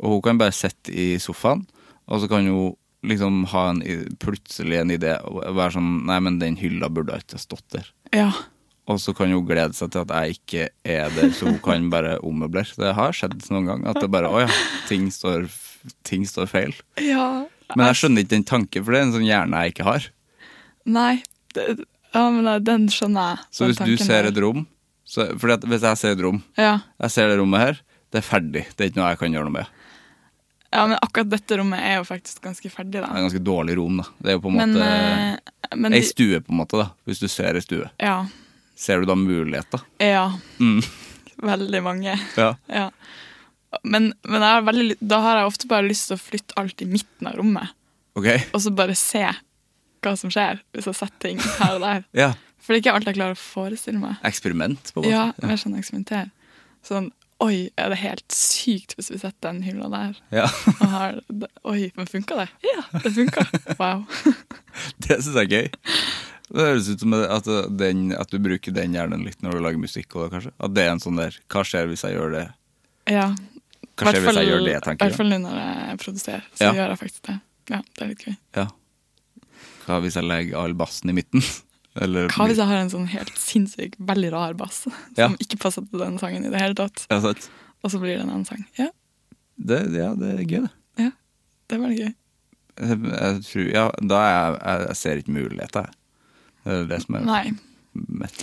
Og hun kan bare sitte i sofaen, og så kan hun liksom ha en, i- plutselig en idé og være sånn Nei, men den hylla burde ikke ha stått der. Ja. Og så kan hun glede seg til at jeg ikke er der, så hun kan bare ommøblere. Det har skjedd noen gang at det bare Å ja, ting står, ting står feil. ja. Men jeg skjønner ikke den tanken, for det er en sånn hjerne jeg ikke har. Nei, det, ja, men da, den skjønner jeg. Så den hvis du tanken ser der. et rom så, fordi at Hvis jeg ser et rom, ja. jeg ser det rommet her, det er ferdig. Det er ikke noe jeg kan gjøre noe med. ja, men akkurat dette rommet er jo faktisk ganske ferdig, Det er da. et ganske dårlig rom, da. Det er jo på en Men, måte eh, men Ei de, stue, på en måte, da. Hvis du ser ei stue. ja, Ser du da muligheter? ja. Mm. Veldig mange. Ja. Ja. Men, men jeg har veldig, ly- da har jeg ofte bare lyst til å flytte alt i midten av rommet, Ok? og så bare se hva som skjer hvis jeg setter ting her og der. Ja. For det er ikke alt jeg klarer å forestille meg. Eksperiment, på en måte. Ja, mer sånn eksperimentere. Sånn, oi, er det helt sykt hvis vi setter den hylla der? Ja. Og har, det, oi, men funka det? Ja, det funka. Wow. Det syns jeg er gøy. Det høres ut som at, den, at du bruker den hjernen litt når du lager musikk. Også, kanskje. At det er en sånn der Hva skjer hvis jeg gjør det? Ja. Hva skjer hvis jeg gjør det? I tenker hvert jeg. fall nå når jeg produserer, så Ja. gjør jeg faktisk det. Ja, det er litt gøy. Ja. Hva hvis jeg legger all bassen i midten? Eller, Hva hvis jeg har en sånn helt sinnssyk, veldig rar bass som Ja. ikke passer til den sangen i det hele tatt, Ja, sant. og så blir det en annen sang? Ja, Det, ja, det er gøy, det. ja. Det er veldig gøy. Jeg, jeg tror, ja, da er jeg, jeg, jeg ser ikke muligheter, jeg. Det er det som er Nei. mitt.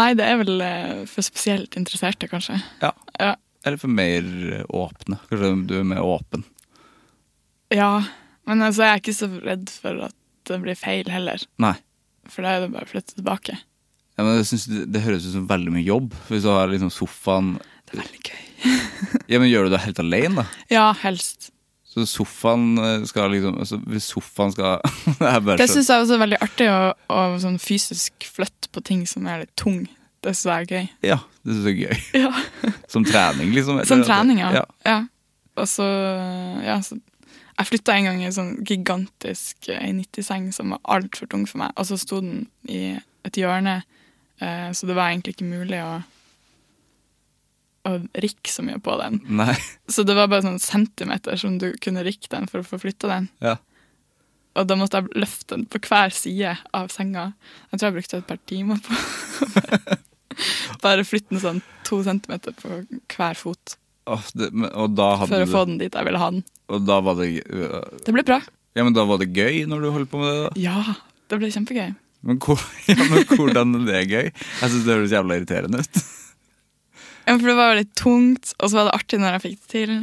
Nei, det er vel eh, for spesielt interesserte, kanskje. Ja. Ja. Eller for mer åpne. Kanskje du er mer åpen. ja. Men altså, jeg er ikke så redd for at det blir feil heller, Nei. for da er det bare å flytte tilbake. Ja, men jeg synes det, det høres ut som veldig mye jobb. Hvis du har liksom sofaen Det er veldig gøy. Ja, men Gjør du det helt alene, da? Ja, helst. Så sofaen eh, skal liksom altså, Hvis sofaen skal Det er bare Det så- syns jeg også er veldig artig, å, å sånn fysisk flytte på ting som er litt tung. Det syns jeg er gøy. Ja, det syns jeg er gøy. Ja. Som trening, liksom. eller? Som Sånn trening, ja. ja. ja. Og så, ja, så Jeg flytta en gang i en sånn gigantisk eh, 90-seng som var altfor tung for meg, og så sto den i et hjørne, eh, så det var egentlig ikke mulig å å rikke så mye på den. Nei. Så det var bare sånn centimeter som du kunne rikke den for å få flytta den. Ja. Og da måtte jeg løfte den på hver side av senga. Jeg tror jeg brukte et par timer på Bare flytte den sånn to centimeter på hver fot Åh, det, men, og da hadde for å du få det. den dit jeg ville ha den. Og da var det øh, Det ble bra. Ja, men da var det gøy når du holdt på med det, da? Ja, det ble kjempegøy. Men, hvor, ja, men hvordan er det gøy? Jeg syns det høres jævla irriterende ut. Ja, for det var jo litt tungt, og så var det artig når jeg fikk det til.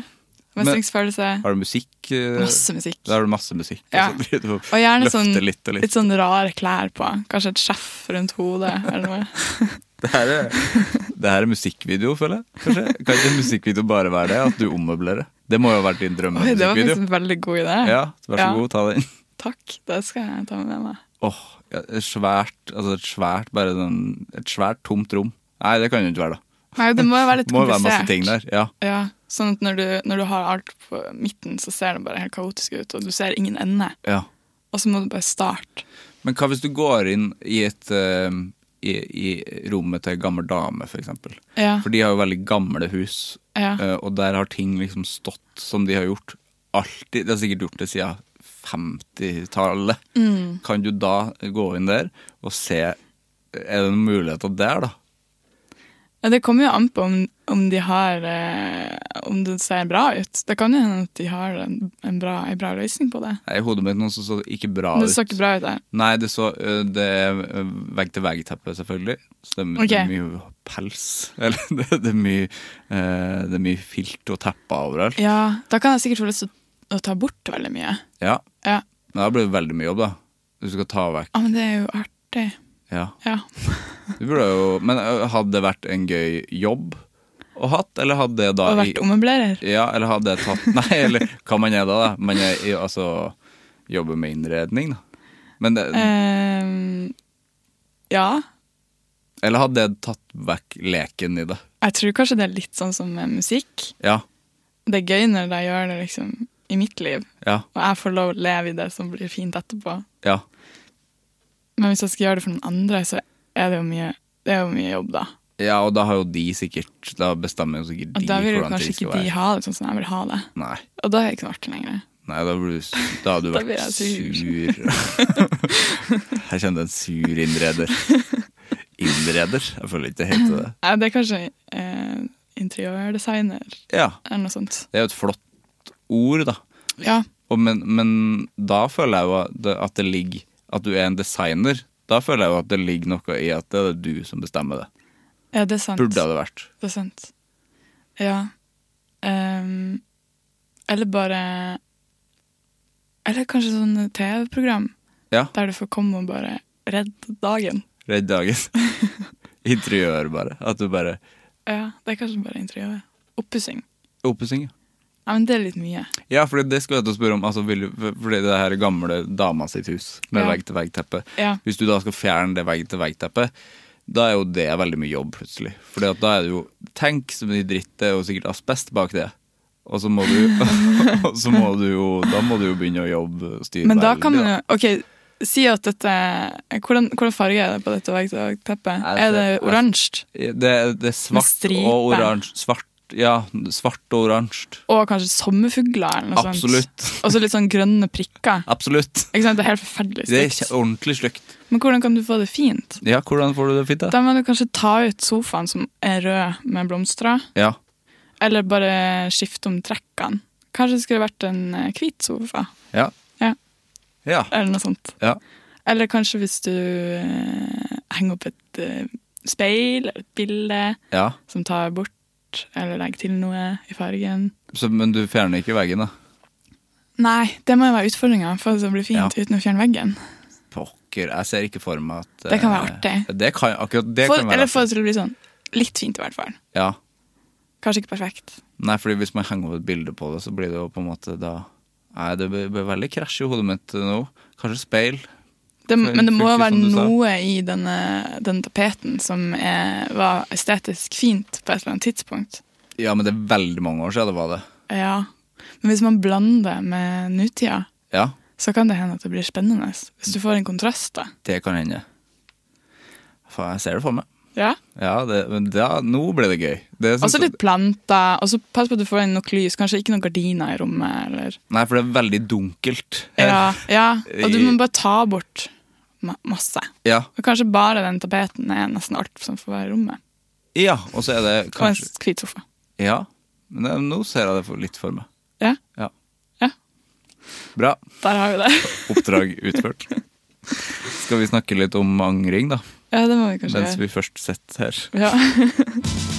Mestringsfølelse. Har du musikk? eh, Masse musikk. Da har du masse musikk. og Ja. så blir det jo- Og gjerne løfte sånn, litt og litt. litt sånn rare klær på. Kanskje et skjeff rundt hodet eller noe. Det her er, det her er musikkvideo, føler jeg. Kanskje Kan ikke en musikkvideo bare være det? At du ommøblerer. Det må jo ha vært din Oi, det var drømmemusikkvideo. faktisk en veldig god idé. Ja, vær så Ja. god, ta den. Takk, det skal jeg ta med meg. Åh, ja, et svært, altså et svært, bare sånn, et svært tomt rom. Nei, det kan jo ikke være, da. Nei, det må jo være litt Det må jo være masse komplisert. ting der. Ja, Ja, sånn at når du, når du har alt på midten, så ser det bare helt kaotisk ut, og du ser ingen ende. ja. Og så må du bare starte. Men hva hvis du går inn i et eh, i, i rommet til en gammel dame, for eksempel. Ja, For de har jo veldig gamle hus, ja, eh, og der har ting liksom stått som de har gjort alltid. De har sikkert gjort det siden 50-tallet. Mm. Kan du da gå inn der og se Er det noen muligheter der, da? ja. Det kommer jo an på om, om de har eh, Om det ser bra ut. Det kan jo hende at de har en, en, bra, en bra løsning på det. Nei, I hodet mitt nå så, så det ikke bra Men ut. det så ikke bra ut der. Nei, det så ø, Det er ø, vegg-til-vegg-teppe, selvfølgelig. Så det, er- det Ok. er mye pels. Eller det, det, er mye, eh, det er mye filt og tepper overalt. Ja, da kan jeg sikkert få lyst til å- å ta bort veldig mye. Ja. Ja, Men da blir det veldig mye jobb, da. Du skal ta vekk ah, men det er jo artig. Ja. Ja. Du burde jo Men ø, hadde det vært en gøy jobb å hatt, eller hadde det da Og i- vært ommøblerer. Ja, eller hadde jeg tatt Nei, eller hva man er da, da. Man er i- altså Jobber med innredning, da. Men det, Eh, ja. Eller hadde jeg tatt vekk leken i det? Jeg tror kanskje det er litt sånn som med musikk. Ja. Det er gøy når jeg gjør det liksom i mitt liv, Ja. og jeg får lov å leve i det som blir fint etterpå. Ja. Men hvis jeg skal gjøre det for noen andre, så er det jo mye, det er jo mye jobb, da. Ja, og da har jo de sikkert Da bestemmer jo sikkert de Og da vil jo hvordan ting kanskje skal ikke de være. ha det sånn som jeg vil ha det. Nei, Og da er det ikke noe artig lenger. nei da, blir du, s- da hadde du Da vært blir jeg sur. sur. Her kommer det en sur innreder. Innreder? Jeg føler ikke det heter det. Nei, Det er kanskje eh, interiørdesigner Ja. eller noe sånt. Det er jo et flott ord, da. Ja. Og men, men da føler jeg jo at det, at det ligger At du er en designer. Da føler jeg jo at det ligger noe i at det er du som bestemmer det. ja, det er sant. Burde det vært. Det er sant. Ja. Ehm, eller bare Eller kanskje sånn TV-program Ja. der du får komme og bare redde dagen. Redd dagen. Interiør, bare. At du bare Ja, Det er kanskje bare interiøret. Oppussing. Oppussing, ja. Ja, men det er litt mye. Ja, for det skulle jeg til å spørre om. Altså, vil, du- for- fordi det her er gamle dama sitt hus med Ja. vegg-til-vegg-teppe. Ja. Hvis du da skal fjerne det vegg-til-vegg-teppet, da er jo det veldig mye jobb, plutselig. Fordi at da er det jo Tenk så mye dritt, det er jo sikkert asbest bak det. Og så må du, og så må du jo Da må du jo begynne å jobbe styre Men da veldig, kan man jo Ok, Si at dette Hvordan, hvordan farge er det på dette verktøyteppet? Er det oransje? Det, det er svart striper. og oransje. Svart, ja, svart og oransje. Og kanskje sommerfugler? eller noe sånt? Absolutt. Og så litt sånn grønne prikker? Absolutt. Ikke sant? Det er helt forferdelig Det er stygt. kje- ordentlig stygt. Men hvordan kan du få det fint? Ja, hvordan får du det fint, da? Da må du kanskje ta ut sofaen som er rød med blomster, Ja. eller bare skifte om trekkene. Kanskje det skulle vært en eh, hvit sofa, Ja. Ja. Ja. eller noe sånt. Ja. Eller kanskje hvis du eh, henger opp et eh, speil eller et bilde ja. som tar bort eller legger til noe i fargen. Så, men du fjerner ikke veggen, da? Nei, det må jo være utfordringa for at det blir fint Ja. uten å fjerne veggen. Pokker, jeg ser ikke for meg at Det kan være eh, artig. Det kan, akkurat det Få- kan være eller få det til å bli sånn litt fint, i hvert fall. artig. Ja. Kanskje ikke perfekt. Nei, fordi hvis man henger opp et bilde på det, så blir det jo på en måte da Nei, det bør bør veldig krasj i hodet mitt nå. Kanskje speil. Det, For- men det må jo funker være som du sa. noe i denne, den tapeten som er, var estetisk fint på et eller annet tidspunkt. Ja, men det er veldig mange år siden det var det. Ja. Men hvis man blander det med nutida, Ja, så kan det hende at det blir spennende. Hvis du får en kontrast, da. det kan hende. Faen, jeg ser det for meg. Ja. Ja, det, men da, nå ble det gøy. Det sånn synes Og så jeg- litt planter. Og så pass på at du får inn nok lys. Kanskje ikke noen gardiner i rommet. eller... Nei, for det er veldig dunkelt. Ja, ja. Og du i- må bare ta bort ma masse. Ja, Og kanskje bare den tapeten er nesten alt som får være i rommet. ja og så er det Og en kanskje hvit sofa. Ja, men det, nå ser jeg det for, litt for meg. Ja, Ja. ja. Bra. Der har vi det. Oppdrag utført. Skal vi snakke litt om angring, da? Ja, det må vi kanskje Mens gjøre. vi først sitter her. Ja.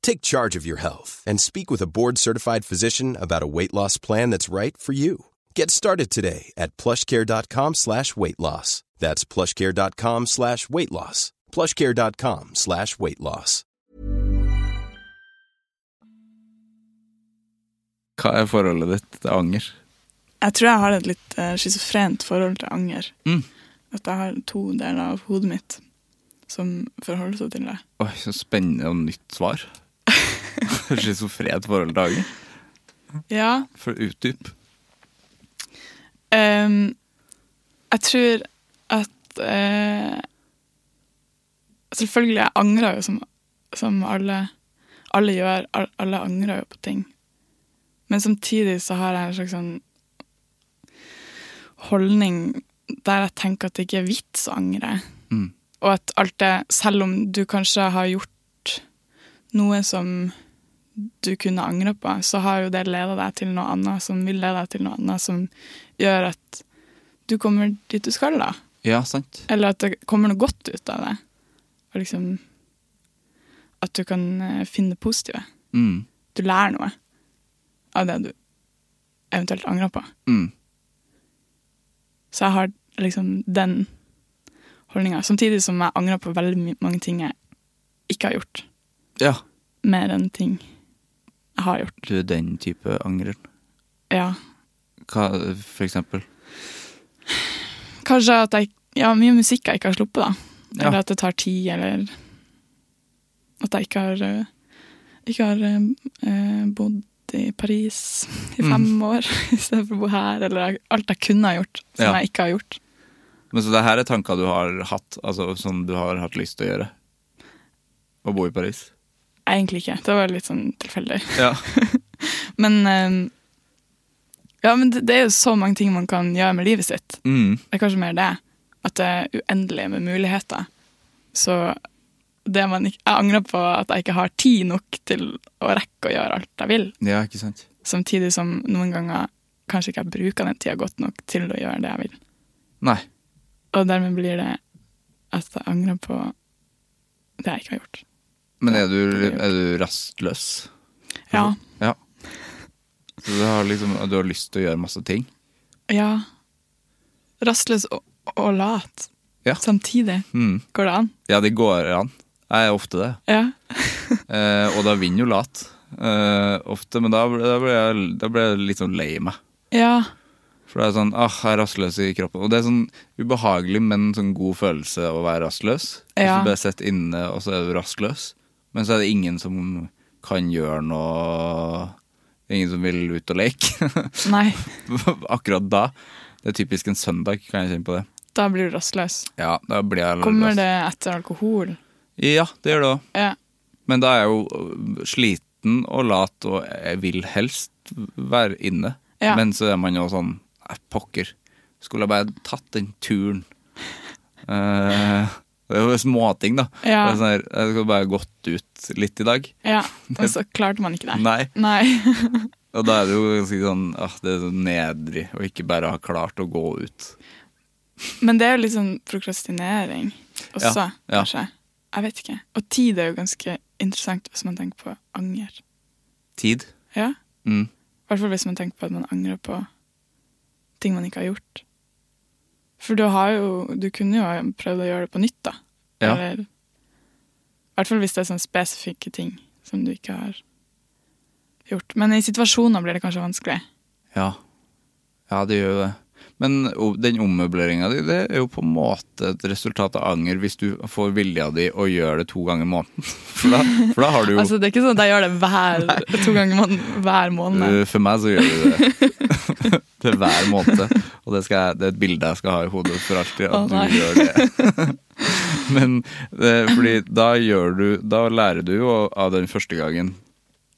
Take charge of your health and speak with a board-certified physician about a weight loss plan that's right for you. Get started today at plushcare.com slash weight loss. That's plushcare.com slash weight loss. plushcare.com slash weight loss. Hva er forholdet ditt til anger? Jeg tror jeg har et litt uh, schizofrent forhold til anger. Mm. At jeg har to deler av hodet mitt som forholder seg til det. Oi, så spennende og nytt svar. Schizofrent forhold til anger. Ja, For utdyp. ehm, jeg tror at eh, Selvfølgelig, jeg angrer jo som, som alle, alle gjør. al- Alle angrer jo på ting. Men samtidig så har jeg en slags sånn holdning der jeg tenker at det ikke er vits å angre. Mm. Og at alt det, selv om du kanskje har gjort noe som du kunne angre på, så har jo det ledet deg til noe annet som vil lede deg til noe annet, som gjør at du kommer dit du skal, da. Ja, sant. Eller at det kommer noe godt ut av det. Og liksom At du kan eh, finne det positive. Mm. Du lærer noe av det du eventuelt angrer på. Mm. Så jeg har liksom den holdninga. Samtidig som jeg angrer på veldig my- mange ting jeg ikke har gjort. Ja. Mer enn ting jeg har gjort. Du er den type angrer. Ja. Hva, for eksempel? Kanskje at jeg Ja, mye musikk jeg ikke har sluppet, da. Ja. Eller at det tar tid, eller At jeg ikke har eh, Ikke har eh, eh, bodd i Paris i fem Mm. år i stedet for å bo her. Eller alt jeg kunne ha gjort, som Ja. jeg ikke har gjort. Men så det her er tanker du har hatt, altså som du har hatt lyst til å gjøre? Å bo i Paris? Egentlig ikke. Det var litt sånn tilfeldig. Ja. Men eh, Ja, men det det er jo så mange ting man kan gjøre med livet sitt. Mm. Det er kanskje mer det. At det er uendelig med muligheter. Så det man ikke, jeg angrer på at jeg ikke har tid nok til å rekke å gjøre alt jeg vil. Ja, ikke sant? Samtidig som noen ganger kanskje ikke jeg bruker den tida godt nok til å gjøre det jeg vil. Nei. Og dermed blir det at jeg angrer på det jeg ikke har gjort. Men er du, er du rastløs? Ja. Ja. Så du har liksom Du har lyst til å gjøre masse ting? ja. Rastløs og, og lat Ja. samtidig. Mm. Går det an? Ja, det går an. Jeg er ofte det. Ja. Eh, og da vinner jo lat. Eh, ofte. Men da, ble- da, ble jeg, da ble jeg litt sånn lei meg. ja. For det er sånn ah, jeg er rastløs i kroppen. Og det er sånn ubehagelig, men sånn god følelse å være rastløs. Ja. Og så blir jeg sett inne, og så er du rastløs. Men så er det ingen som kan gjøre noe Ingen som vil ut og leke. Nei, Akkurat da. Det er typisk en søndag, kan jeg kjenne på det. da blir du rastløs. Ja, da blir jeg Kommer rastløs. det etter alkohol? Ja, det gjør det òg. Ja. Men da er jeg jo øh, sliten og lat, og jeg vil helst være inne. Ja. Men så er man jo sånn Nei, pokker. Skulle jeg bare tatt den turen. Eh, det er jo småting, da. Ja. Det er Sånn her, jeg skulle bare gått ut litt i dag. ja. Og så klarte man ikke det. Nei. Nei. Og da er det jo ganske sånn ah, Det er så nedrig å ikke bare ha klart å gå ut. Men det er jo litt sånn prokrastinering også, Ja, ja. kanskje. Jeg vet ikke. Og tid er jo ganske interessant hvis man tenker på anger. Tid. Ja? Mm. I hvert fall hvis man tenker på at man angrer på ting man ikke har gjort. For du har jo Du kunne jo ha prøvd å gjøre det på nytt, da. Ja. Eller I hvert fall hvis det er sånne spesifikke ting som du ikke har gjort. Men i situasjoner blir det kanskje vanskelig. Ja. Ja, det gjør jo det. Men o- den ommøbleringa di, det er jo på en måte et resultat av anger hvis du får vilja di å gjøre det to ganger i måneden. For da, for da har du jo Altså, det er ikke sånn at jeg gjør det hver, to ganger man, hver måned. Du, Eh, For meg så gjør du det til hver måned. Og det, skal jeg, det er et bilde jeg skal ha i hodet for alltid. At Å, nei. du gjør det. Men eh, fordi da gjør du Da lærer du jo av den første gangen.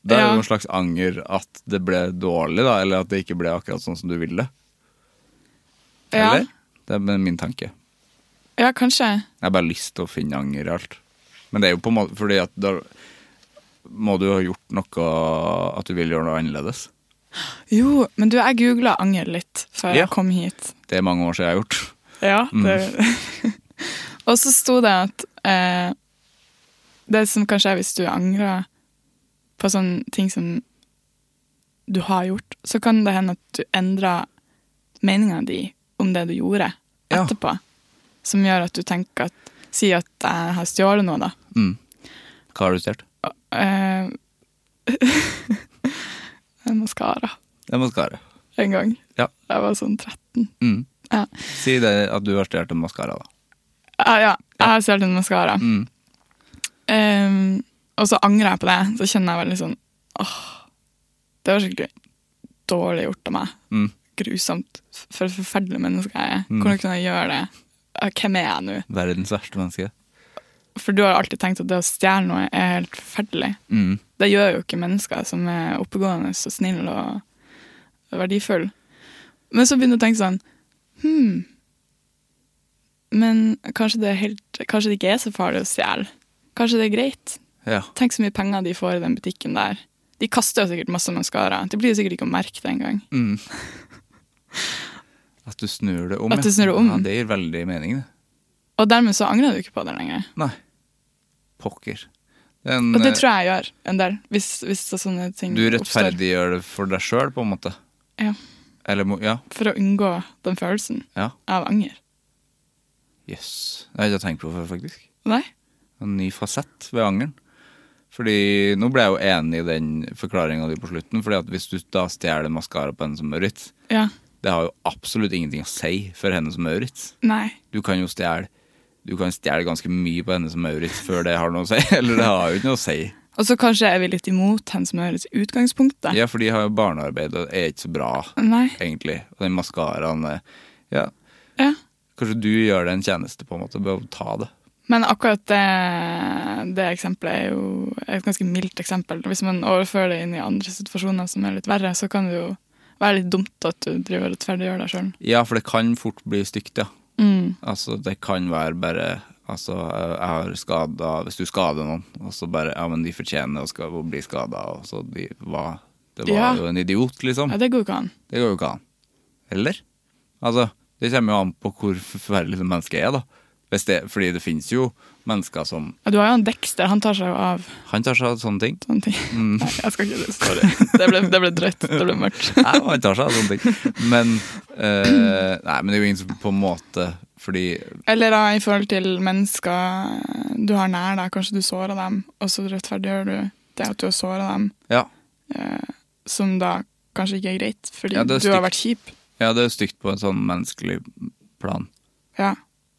Det er Ja. jo en slags anger at det ble dårlig, da, eller at det ikke ble akkurat sånn som du ville. Ja. Eh, Eller? Det er min tanke. ja, kanskje. Jeg har bare lyst til å finne anger i alt. Men det er jo på en måte fordi at da må du jo ha gjort noe At du vil gjøre noe annerledes. Jo, men du, jeg googla anger litt før Ja. Mm. jeg kom hit. Det er mange år siden jeg har gjort. Ja, det... og så sto det at eh, det som kanskje er hvis du angrer på sånne ting som du har gjort, så kan det hende at du endrer meninga di om det du gjorde Ja. etterpå. Som gjør at du tenker at Si at jeg har stjålet noe, da. Mm. Hva har du stjålet? Eh, en maskara Det er maskara. en gang. Ja. Jeg var sånn 13. Mm. Ja. Si det at du har stjålet en maskara, da. Ja, ja. Jeg har stjålet en maskara. Mm. Ehm, og så angrer jeg på det. Så kjenner jeg veldig sånn åh, det var skikkelig dårlig gjort av meg. Mm. Grusomt. For et forferdelig menneske jeg er. Hvordan kunne jeg gjøre det? Eh, Hvem er jeg nå? Verdens verste menneske. For du har alltid tenkt at det å stjele noe er helt forferdelig. Mm. Det gjør jo ikke mennesker som er oppegående og snille og verdifulle. Men så begynner du å tenke sånn Hm. Men kanskje det, er helt, kanskje det ikke er så farlig å stjele? Kanskje det er greit? Ja. Tenk så mye penger de får i den butikken der. De kaster jo sikkert masse maskara. De blir jo sikkert ikke å merke det engang. Mm. At du snur det om. At du ja. snur det om. Ja, det gir veldig mening, det. Og dermed så angrer du ikke på det lenger. Nei. Pokker. Det er en, eh, Og det tror jeg jeg gjør en del, hvis, hvis det er sånne ting du oppstår. rettferdiggjør det for deg sjøl, på en måte. Ja, Eller må- ja. for å unngå den følelsen Ja. av anger. Jøss. Det har jeg ikke tenkt på før, faktisk. Nei? En ny fasett ved angeren. Fordi Nå ble jeg jo enig i den forklaringa di på slutten. Fordi at hvis du da stjeler maskara på henne som Maurits, Ja. det har jo absolutt ingenting å si for henne som Maurits. Nei. Du kan jo stjele Du kan stjele ganske mye på henne som Maurits før det har noe å si. Eller det har jo ikke noe å si. Og så kanskje er vi litt imot henne som høres i utgangspunktet. Ja, for de har jo barnearbeid og er ikke så bra, Nei. egentlig. Og den maskaraen eh, Ja, Ja. kanskje du gjør det en tjeneste, på en måte, ved å ta det. Men akkurat det, det eksempelet er jo et ganske mildt eksempel. Hvis man overfører det inn i andre situasjoner som er litt verre, så kan det jo være litt dumt at du driver og rettferdiggjør deg sjøl. Ja, for det kan fort bli stygt, ja. Mm. Altså, det kan være bare Altså, jeg jeg har skada Hvis du skader noen, og så bare Ja, men de fortjener å skal, å bli skada, og så de var Det var Ja. jo en idiot, liksom. Ja, det går ikke an. Det går jo ikke an. Eller? Altså, det kommer jo an på hvor forferdelig det mennesket er, da. Hvis det, fordi det finnes jo mennesker som Ja, du har jo han Dexter, han tar seg jo av Han tar seg av sånne ting. sånne ting. Nei, jeg skal ikke det. Mm. Sorry. Det ble, det ble drøyt. Det ble mørkt. Nei, han tar seg av sånne ting. Men eh, Nei, men det er jo ingen som på en måte Fordi Eller da, i forhold til mennesker du har nær deg, kanskje du sårer dem, og så rettferdiggjør du det at du har såra dem, Ja. eh, som da kanskje ikke er greit, fordi Ja, du det er har stygt. vært kjip. Ja, det er jo stygt på en sånn menneskelig plan. Ja.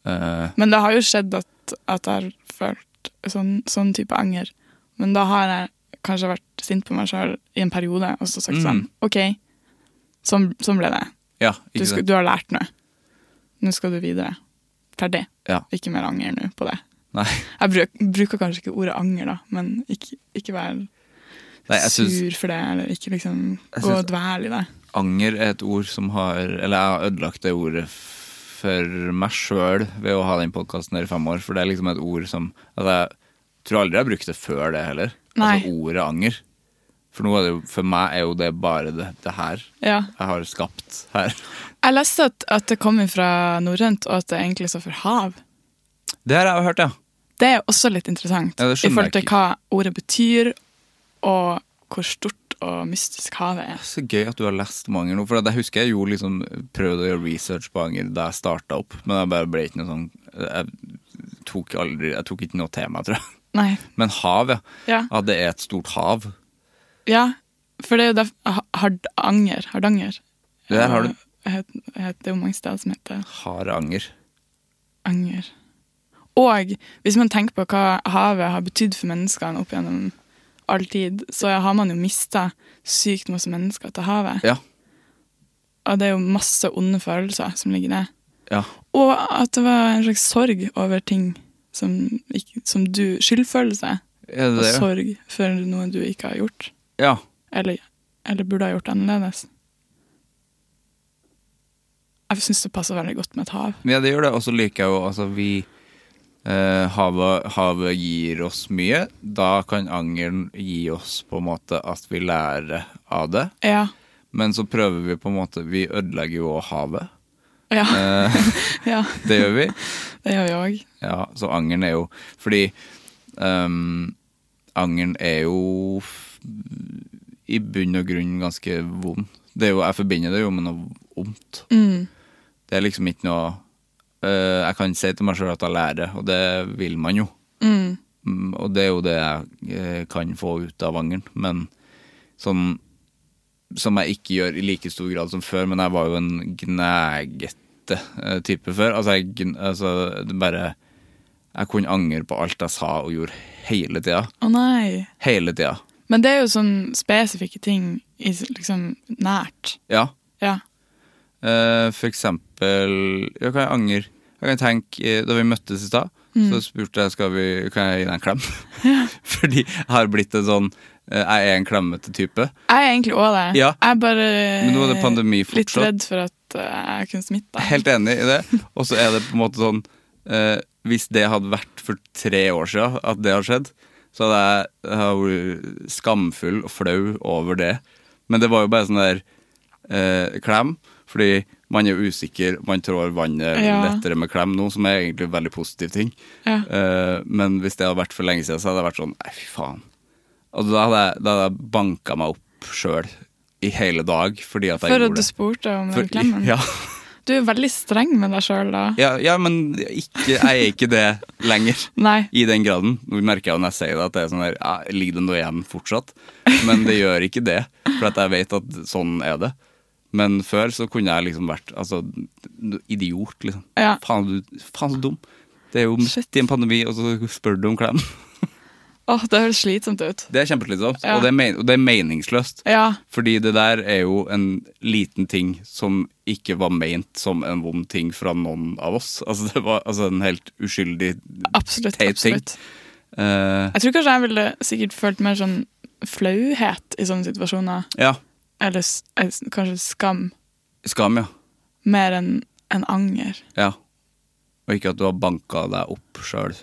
Eh, Men det har jo skjedd at, at jeg har følt sånn, sånn type anger. Men da har jeg kanskje vært sint på meg sjøl i en periode, og så sagt Mm. sånn OK, sånn, sånn ble det. ja, Du, ikke skal, sant? du har lært noe. Nå skal du videre. Ferdig. Ja. Ikke mer anger nå på det. Nei. Jeg bruk, bruker kanskje ikke ordet anger, da, men ikke, ikke vær Nei, jeg sur syns for det, eller ikke liksom Jeg gå syns- og dvel i det. anger er et ord som har Eller jeg har ødelagt det ordet f- for meg sjøl ved å ha den podkasten her i fem år, for det er liksom et ord som altså Jeg tror aldri jeg har brukt det før det heller. Nei. Altså ordet anger. For nå er det jo, for meg er jo det bare det, det her Ja. jeg har skapt her. Jeg leste at, at det kommer fra norrønt, og at det egentlig står for hav. Det her har jeg hørt, ja. Det er også litt interessant Ja, det i skjønner forhold jeg til hva ordet betyr, og hvor stort og mystisk havet er. Så gøy at du har lest om anger nå. For jeg husker jeg gjorde liksom, prøvde å gjøre research på anger da jeg starta opp, men jeg bare ble ikke noe sånn Jeg tok, aldri, jeg tok ikke noe til meg, tror jeg. Nei, Men hav, ja. Ja. At det er et stort hav. ja, for det er jo derf- ha- Hardanger. Hardanger. Eh, Der har du Het, het, det er jo mange steder som heter hard anger. anger. Og hvis man tenker på hva havet har betydd for menneskene opp gjennom all tid, så har man jo mista sykt masse mennesker til havet. Ja. Og det er jo masse onde følelser som ligger der. Ja. Og at det var en slags sorg over ting som, ikke- som du Skyldfølelse Er og det det? sorg for noe du ikke har gjort, Ja. eller, eller burde ha gjort annerledes. Jeg syns det passer veldig godt med et hav. ja, det gjør det. Og så liker jeg jo altså vi eh, havet, havet gir oss mye. Da kan angeren gi oss på en måte at vi lærer av det. Ja. Men så prøver vi på en måte Vi ødelegger jo også havet. Ja, Eh, ja det gjør vi. det gjør jeg òg. Ja, så angeren er jo Fordi ehm, angeren er jo f- i bunn og grunn ganske vond. Det er jo, jeg forbinder det jo med noe vondt. Det er liksom ikke noe eh, Jeg kan si til meg sjøl at jeg lærer, og det vil man jo. Mm, og det er jo det jeg eh, kan få ut av angeren. Men sånn som jeg ikke gjør i like stor grad som før, men jeg var jo en gnagete eh, type før. Altså, jeg, gn- altså det bare Jeg kunne angre på alt jeg sa og gjorde hele tida. Å nei. Hele tida. Men det er jo sånn spesifikke ting i s- liksom nært. Ja. Ja. Eh, for eksempel Jeg kan angre. Jeg kan tenke, eh, Da vi møttes i stad, så spurte jeg skal vi, kan jeg gi deg en klem. Fordi jeg har blitt en sånn eh, Jeg er en klemmete type. Jeg er egentlig òg det. Ja. Jeg er bare Men nå er det pandemi litt fortsatt. redd for at eh, jeg kunne smitte. Helt enig i det. Og så er det på en måte sånn eh, Hvis det hadde vært for tre år siden at det hadde skjedd, så hadde jeg, jeg hadde vært skamfull og flau over det. Men det var jo bare sånn der eh, klem, fordi man er jo usikker, man trår vannet Ja. lettere med klem nå, som er egentlig en veldig positiv ting. Ja. Eh, men hvis det hadde vært for lenge siden, så hadde jeg vært sånn Nei, fy faen. Og da hadde jeg, da hadde jeg banka meg opp sjøl i hele dag fordi at jeg For at gjorde du det. spurte om den For- klemmen. Ja. Du er veldig streng med deg sjøl, da. Ja, ja men ikke, jeg er ikke det lenger. Nei. I den graden. Nå merker jeg jo når jeg sier det, at det er sånn der, ja, ligger det noe igjen fortsatt? Men det gjør ikke det, for at jeg vet at sånn er det. Men før så kunne jeg liksom vært altså, idiot, liksom. Ja. Faen, du, faen så dum. Det er jo midt Shit. i en pandemi, og så spør du om klem. Åh, det høres slitsomt ut. Det er kjempeslitsomt, Ja. og, det er men- og det er meningsløst. Ja, Fordi det der er jo en liten ting som ikke var meint som en vond ting fra noen av oss. Altså Det var altså en helt uskyldig absolutt. Teit ting. absolutt. eh, Jeg tror kanskje jeg ville sikkert følt mer sånn flauhet i sånne situasjoner. Ja. Eller s- eh, s- kanskje skam. Skam, ja. Mer enn enn anger. ja. og ikke at du har banka deg opp sjøl.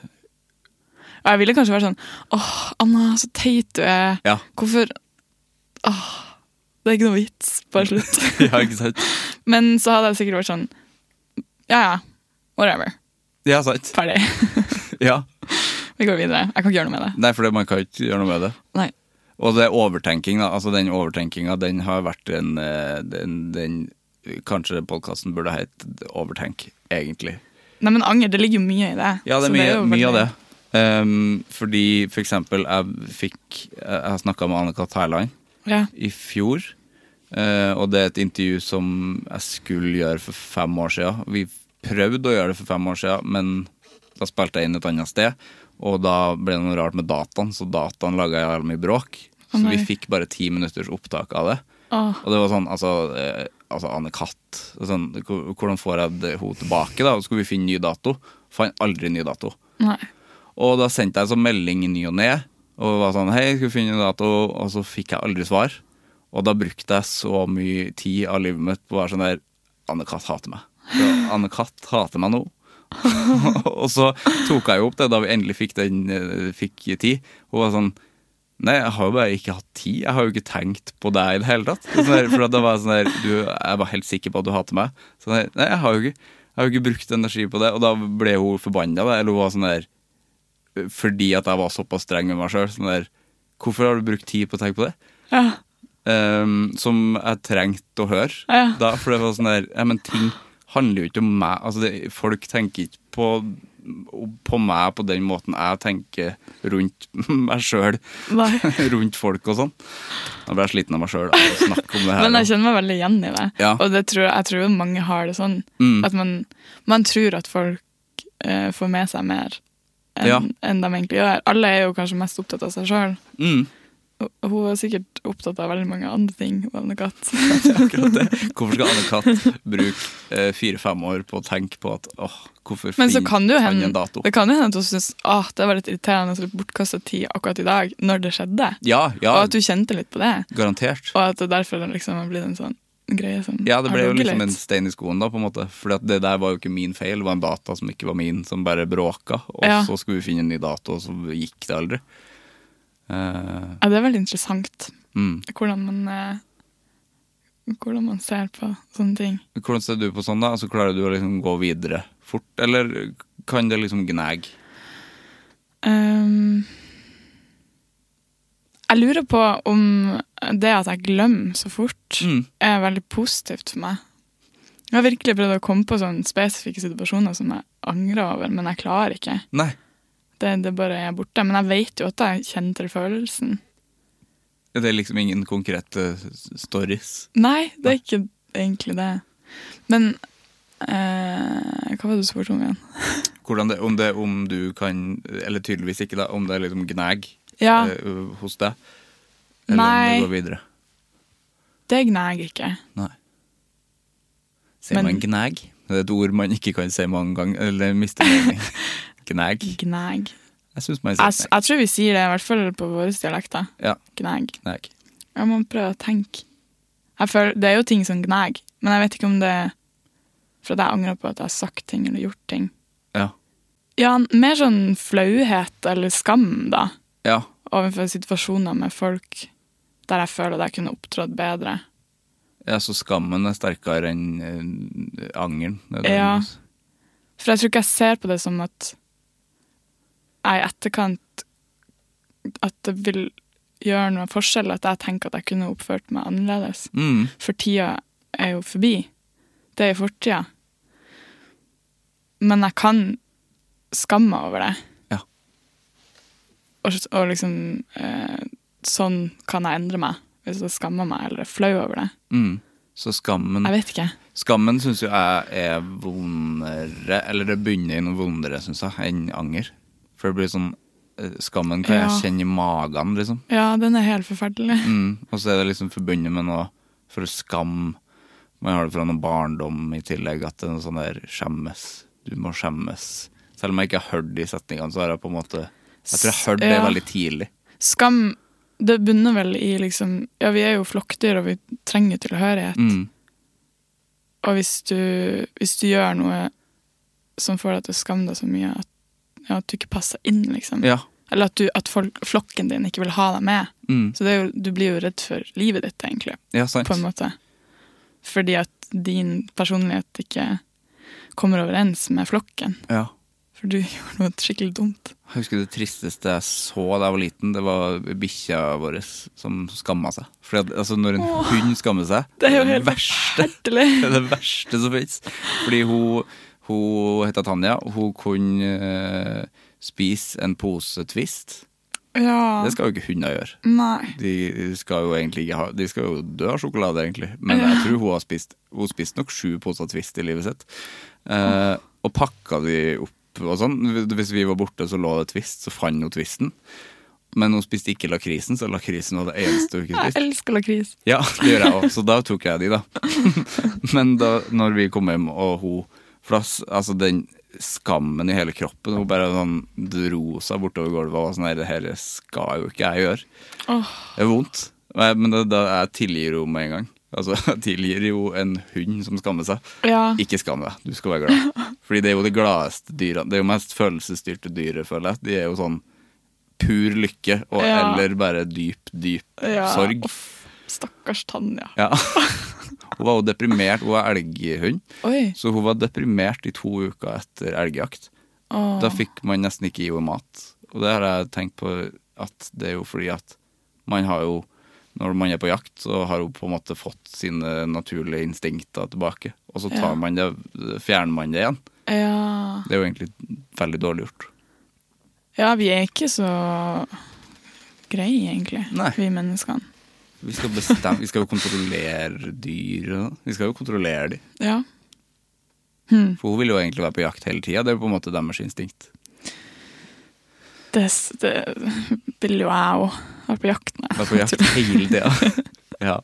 Og jeg ville kanskje vært sånn Åh, Anna, så teit du er. Ja. Hvorfor Åh, det er ikke noe vits. Bare slutt. ja, ikke sant? Men så hadde jeg sikkert vært sånn Ja, ja. Whatever. Ja, sant. Ferdig. Ja. Vi går videre. Jeg kan ikke gjøre noe med det. Nei, for det- man kan ikke gjøre noe med det. Nei. Og det er overtenking, da. Altså, den overtenkinga, den har vært en eh, den, den, Kanskje podkasten burde hett Overtenk, egentlig. Nei, men anger, det ligger jo mye i det. Ja, det Så er mye, jo mye veldig- av det. Ehm, fordi for eksempel, jeg fikk Jeg snakka med Anne-Kat. Hærland Ja. i fjor. eh, og det er et intervju som jeg skulle gjøre for fem år siden. Vi prøvde å gjøre det for fem år siden, men da spilte jeg inn et annet sted. Og da ble det noe rart med dataen, så dataen laga jævlig mye bråk. Så nei. vi fikk bare ti minutters opptak av det. Åh, Og det var sånn, altså, eh, altså Anne-Katt sånn, hvor- Hvordan får jeg det- henne tilbake, da? Og så skulle vi finne ny dato. Fant aldri ny dato. nei. Og da sendte jeg en sånn melding i ny og ne. Og var sånn, hei, skal vi finne en dato? Og så fikk jeg aldri svar. Og da brukte jeg så mye tid av livet mitt på å være sånn der Anne-Kat hater meg. Så Anne-Kat hater meg nå. og så tok jeg jo opp det da vi endelig fikk, den, eh, fikk tid. Hun var sånn Nei, jeg har jo bare ikke hatt tid. Jeg har jo ikke tenkt på deg i det hele tatt. Sånn der, for da var jeg sånn der du, Jeg var helt sikker på at du hater meg. Sånn der, Nei, jeg har jo ikke Jeg har jo ikke brukt energi på det. Og da ble hun forbanna. da, Eller hun var sånn der fordi at jeg var såpass streng med meg sjøl. Sånn der, hvorfor har du brukt tid på å tenke på det? Ja. Ehm, som jeg trengte å høre. Ja. Da, for det var sånn der ja, men Ting handler jo ikke om meg. Altså, det, folk tenker ikke på, på meg på den måten jeg tenker rundt meg sjøl. Nei. rundt folk og sånn. Da ble jeg sliten av meg sjøl av å snakke om det her. Men jeg kjenner meg veldig igjen i det. Ja. Og det tror, jeg- jeg tror mange har det sånn. Mm. At man, man tror at folk eh, får med seg mer enn Ja. enn de egentlig gjør. Alle er jo kanskje mest opptatt av seg sjøl. mm, Hun er sikkert opptatt av veldig mange andre ting. hun Anne Katt. akkurat det. Hvorfor skal Anne-Kat. bruke eh, fire-fem år på å tenke på at åh, hvorfor Men så kan det jo fant jeg hende, en dato? det kan jo hende at hun syns ah, det var litt irriterende og bortkasta tid akkurat i dag, når det skjedde. Ja, Og ja, at du kjente litt på det. garantert. Og at det derfor liksom har blitt en sånn greie som Ja, det har ble jo ligget liksom en litt. stein i skoen, da, på en måte. For det der var jo ikke min feil, det var en data som ikke var min, som bare bråka. Og Ja. så skulle vi finne en ny dato, og så gikk det aldri. Eh, Ja, det er veldig interessant. mm. hvordan man eh, Hvordan man ser på sånne ting. Hvordan ser du på sånn, da? Altså, klarer du å liksom gå videre fort, eller kan det liksom gnage? Ehm, jeg lurer på om det at jeg glemmer så fort, Mm. er veldig positivt for meg. Jeg har virkelig prøvd å komme på sånne spesifikke situasjoner som jeg angrer over, men jeg klarer ikke. Nei. Det, det bare er borte. Men jeg vet jo at jeg kjenner til følelsen. Det er liksom ingen konkrete s- stories. Nei, det er ikke egentlig det. Men eh, Hva var det du spurte om igjen? Hvordan det, om det om du kan Eller tydeligvis ikke, da. Om det liksom gnag Ja, eh, hos deg. Eller Nei. om det går videre. det gnager ikke. Nei. Sier Men- man gnag? Det er et ord man ikke kan si mange ganger, eller mister mening. Gnag. Gnag. Jeg syns man sier Jeg, gnag. jeg tror vi sier det, i hvert fall på våre dialekter. Ja, Gnag. gnag. Jeg må prøve å tenke. Jeg føler, det er jo ting som gnag, men jeg vet ikke om det For at jeg angrer på at jeg har sagt ting eller gjort ting. Ja. Ja, mer sånn flauhet eller skam, da, ja. overfor situasjoner med folk der jeg føler at jeg kunne opptrådt bedre. Ja, så skammen er sterkere enn eh, angeren. Det er det Ja. man s- For jeg tror ikke jeg ser på det som at jeg i etterkant At det vil gjøre noen forskjell, at jeg tenker at jeg kunne oppført meg annerledes. Mm. For tida er jo forbi. Det er i fortida. Men jeg kan skamme meg over det. Ja. Og, og liksom eh, Sånn kan jeg endre meg. Hvis jeg skammer meg eller er flau over det. Mm. Så skammen Jeg vet ikke. Skammen syns jo jeg er vondere, eller det begynner i noe vondere, syns jeg, enn anger. For det blir sånn eh, Skammen kan Ja. jeg kjenne i magen, liksom. Ja, den er helt forferdelig. Mm. Og så er det liksom forbundet med noe for skam. Man har det fra noen barndom i tillegg, at det er noe sånn der skjemmes. Du må skjemmes. Selv om jeg ikke har hørt de setningene, så har jeg på en måte Jeg tror jeg hørte det Ja. veldig tidlig. Skam, det bunner vel i liksom Ja, vi er jo flokkdyr, og vi trenger tilhørighet. Mm. Og hvis du, hvis du gjør noe som får deg til å skamme deg så mye at, ja, at du ikke passer inn, liksom. Ja. Eller at, du, at folk, flokken din ikke vil ha deg med. Mm. Så det er jo, du blir jo redd for livet ditt, egentlig, ja, sant. på en måte. Fordi at din personlighet ikke kommer overens med flokken. Ja. For du gjorde noe skikkelig dumt. Jeg husker det tristeste jeg så da jeg var liten, det var bikkja vår som skamma seg. Fordi at, altså, når en Åh. hund skammer seg, Det er jo det helt verste. forferdelig. Det er det verste som fins. Fordi hun, hun heta Tanja, og hun kunne eh, spise en pose Twist. Ja. Det skal jo ikke hunder gjøre. Nei. De skal jo egentlig ikke ha De skal jo dø av sjokolade, egentlig. Men jeg tror hun har spist Hun spiste nok sju poser Twist i livet sitt. Eh, og pakka de opp og sånn. Hvis vi var borte, så lå det Twist, så fant hun Twisten. Men hun spiste ikke lakrisen, så lakrisen var det eneste hun ikke Jeg spiste. elsker lakris. Ja, det gjør jeg òg, så da tok jeg de, da. Men da når vi kom hjem, og hun For da, s- altså den skammen i hele kroppen Hun bare sånn dro seg bortover gulvet og var sånn Nei, det her skal jo ikke jeg gjøre. Det er vondt. Nei, Men da, da jeg tilgir henne med en gang. Altså, jeg tilgir jo en hund som skammer seg. Ja. Ikke skam deg, du skal være glad. Fordi det er jo det gladeste dyret. Det er jo mest følelsesstyrte dyret, føler jeg. De er jo sånn pur lykke, og, Ja. eller bare dyp, dyp ja. sorg. Uff, stakkars Tanja. Ja. Hun var jo deprimert. Hun var elghund, Oi. så hun var deprimert i to uker etter elgjakt. Åh. Da fikk man nesten ikke gi henne mat. Og det har jeg tenkt på at det er jo fordi at man har jo Når man er på jakt, så har hun på en måte fått sine naturlige instinkter tilbake. Og så tar Ja. man det, fjerner man det igjen. Ja. Det er jo egentlig veldig dårlig gjort. ja, vi er ikke så greie, egentlig, Nei. vi menneskene. Vi skal bestemme, vi skal jo kontrollere dyr. og- sånn. Vi skal jo kontrollere dem. Ja. Hm, For hun vil jo egentlig være på jakt hele tida. Det er jo på en måte deres instinkt. Det, s- det vil jo jeg òg. Vært på jakt med. Være på jakt hele tida. Ja.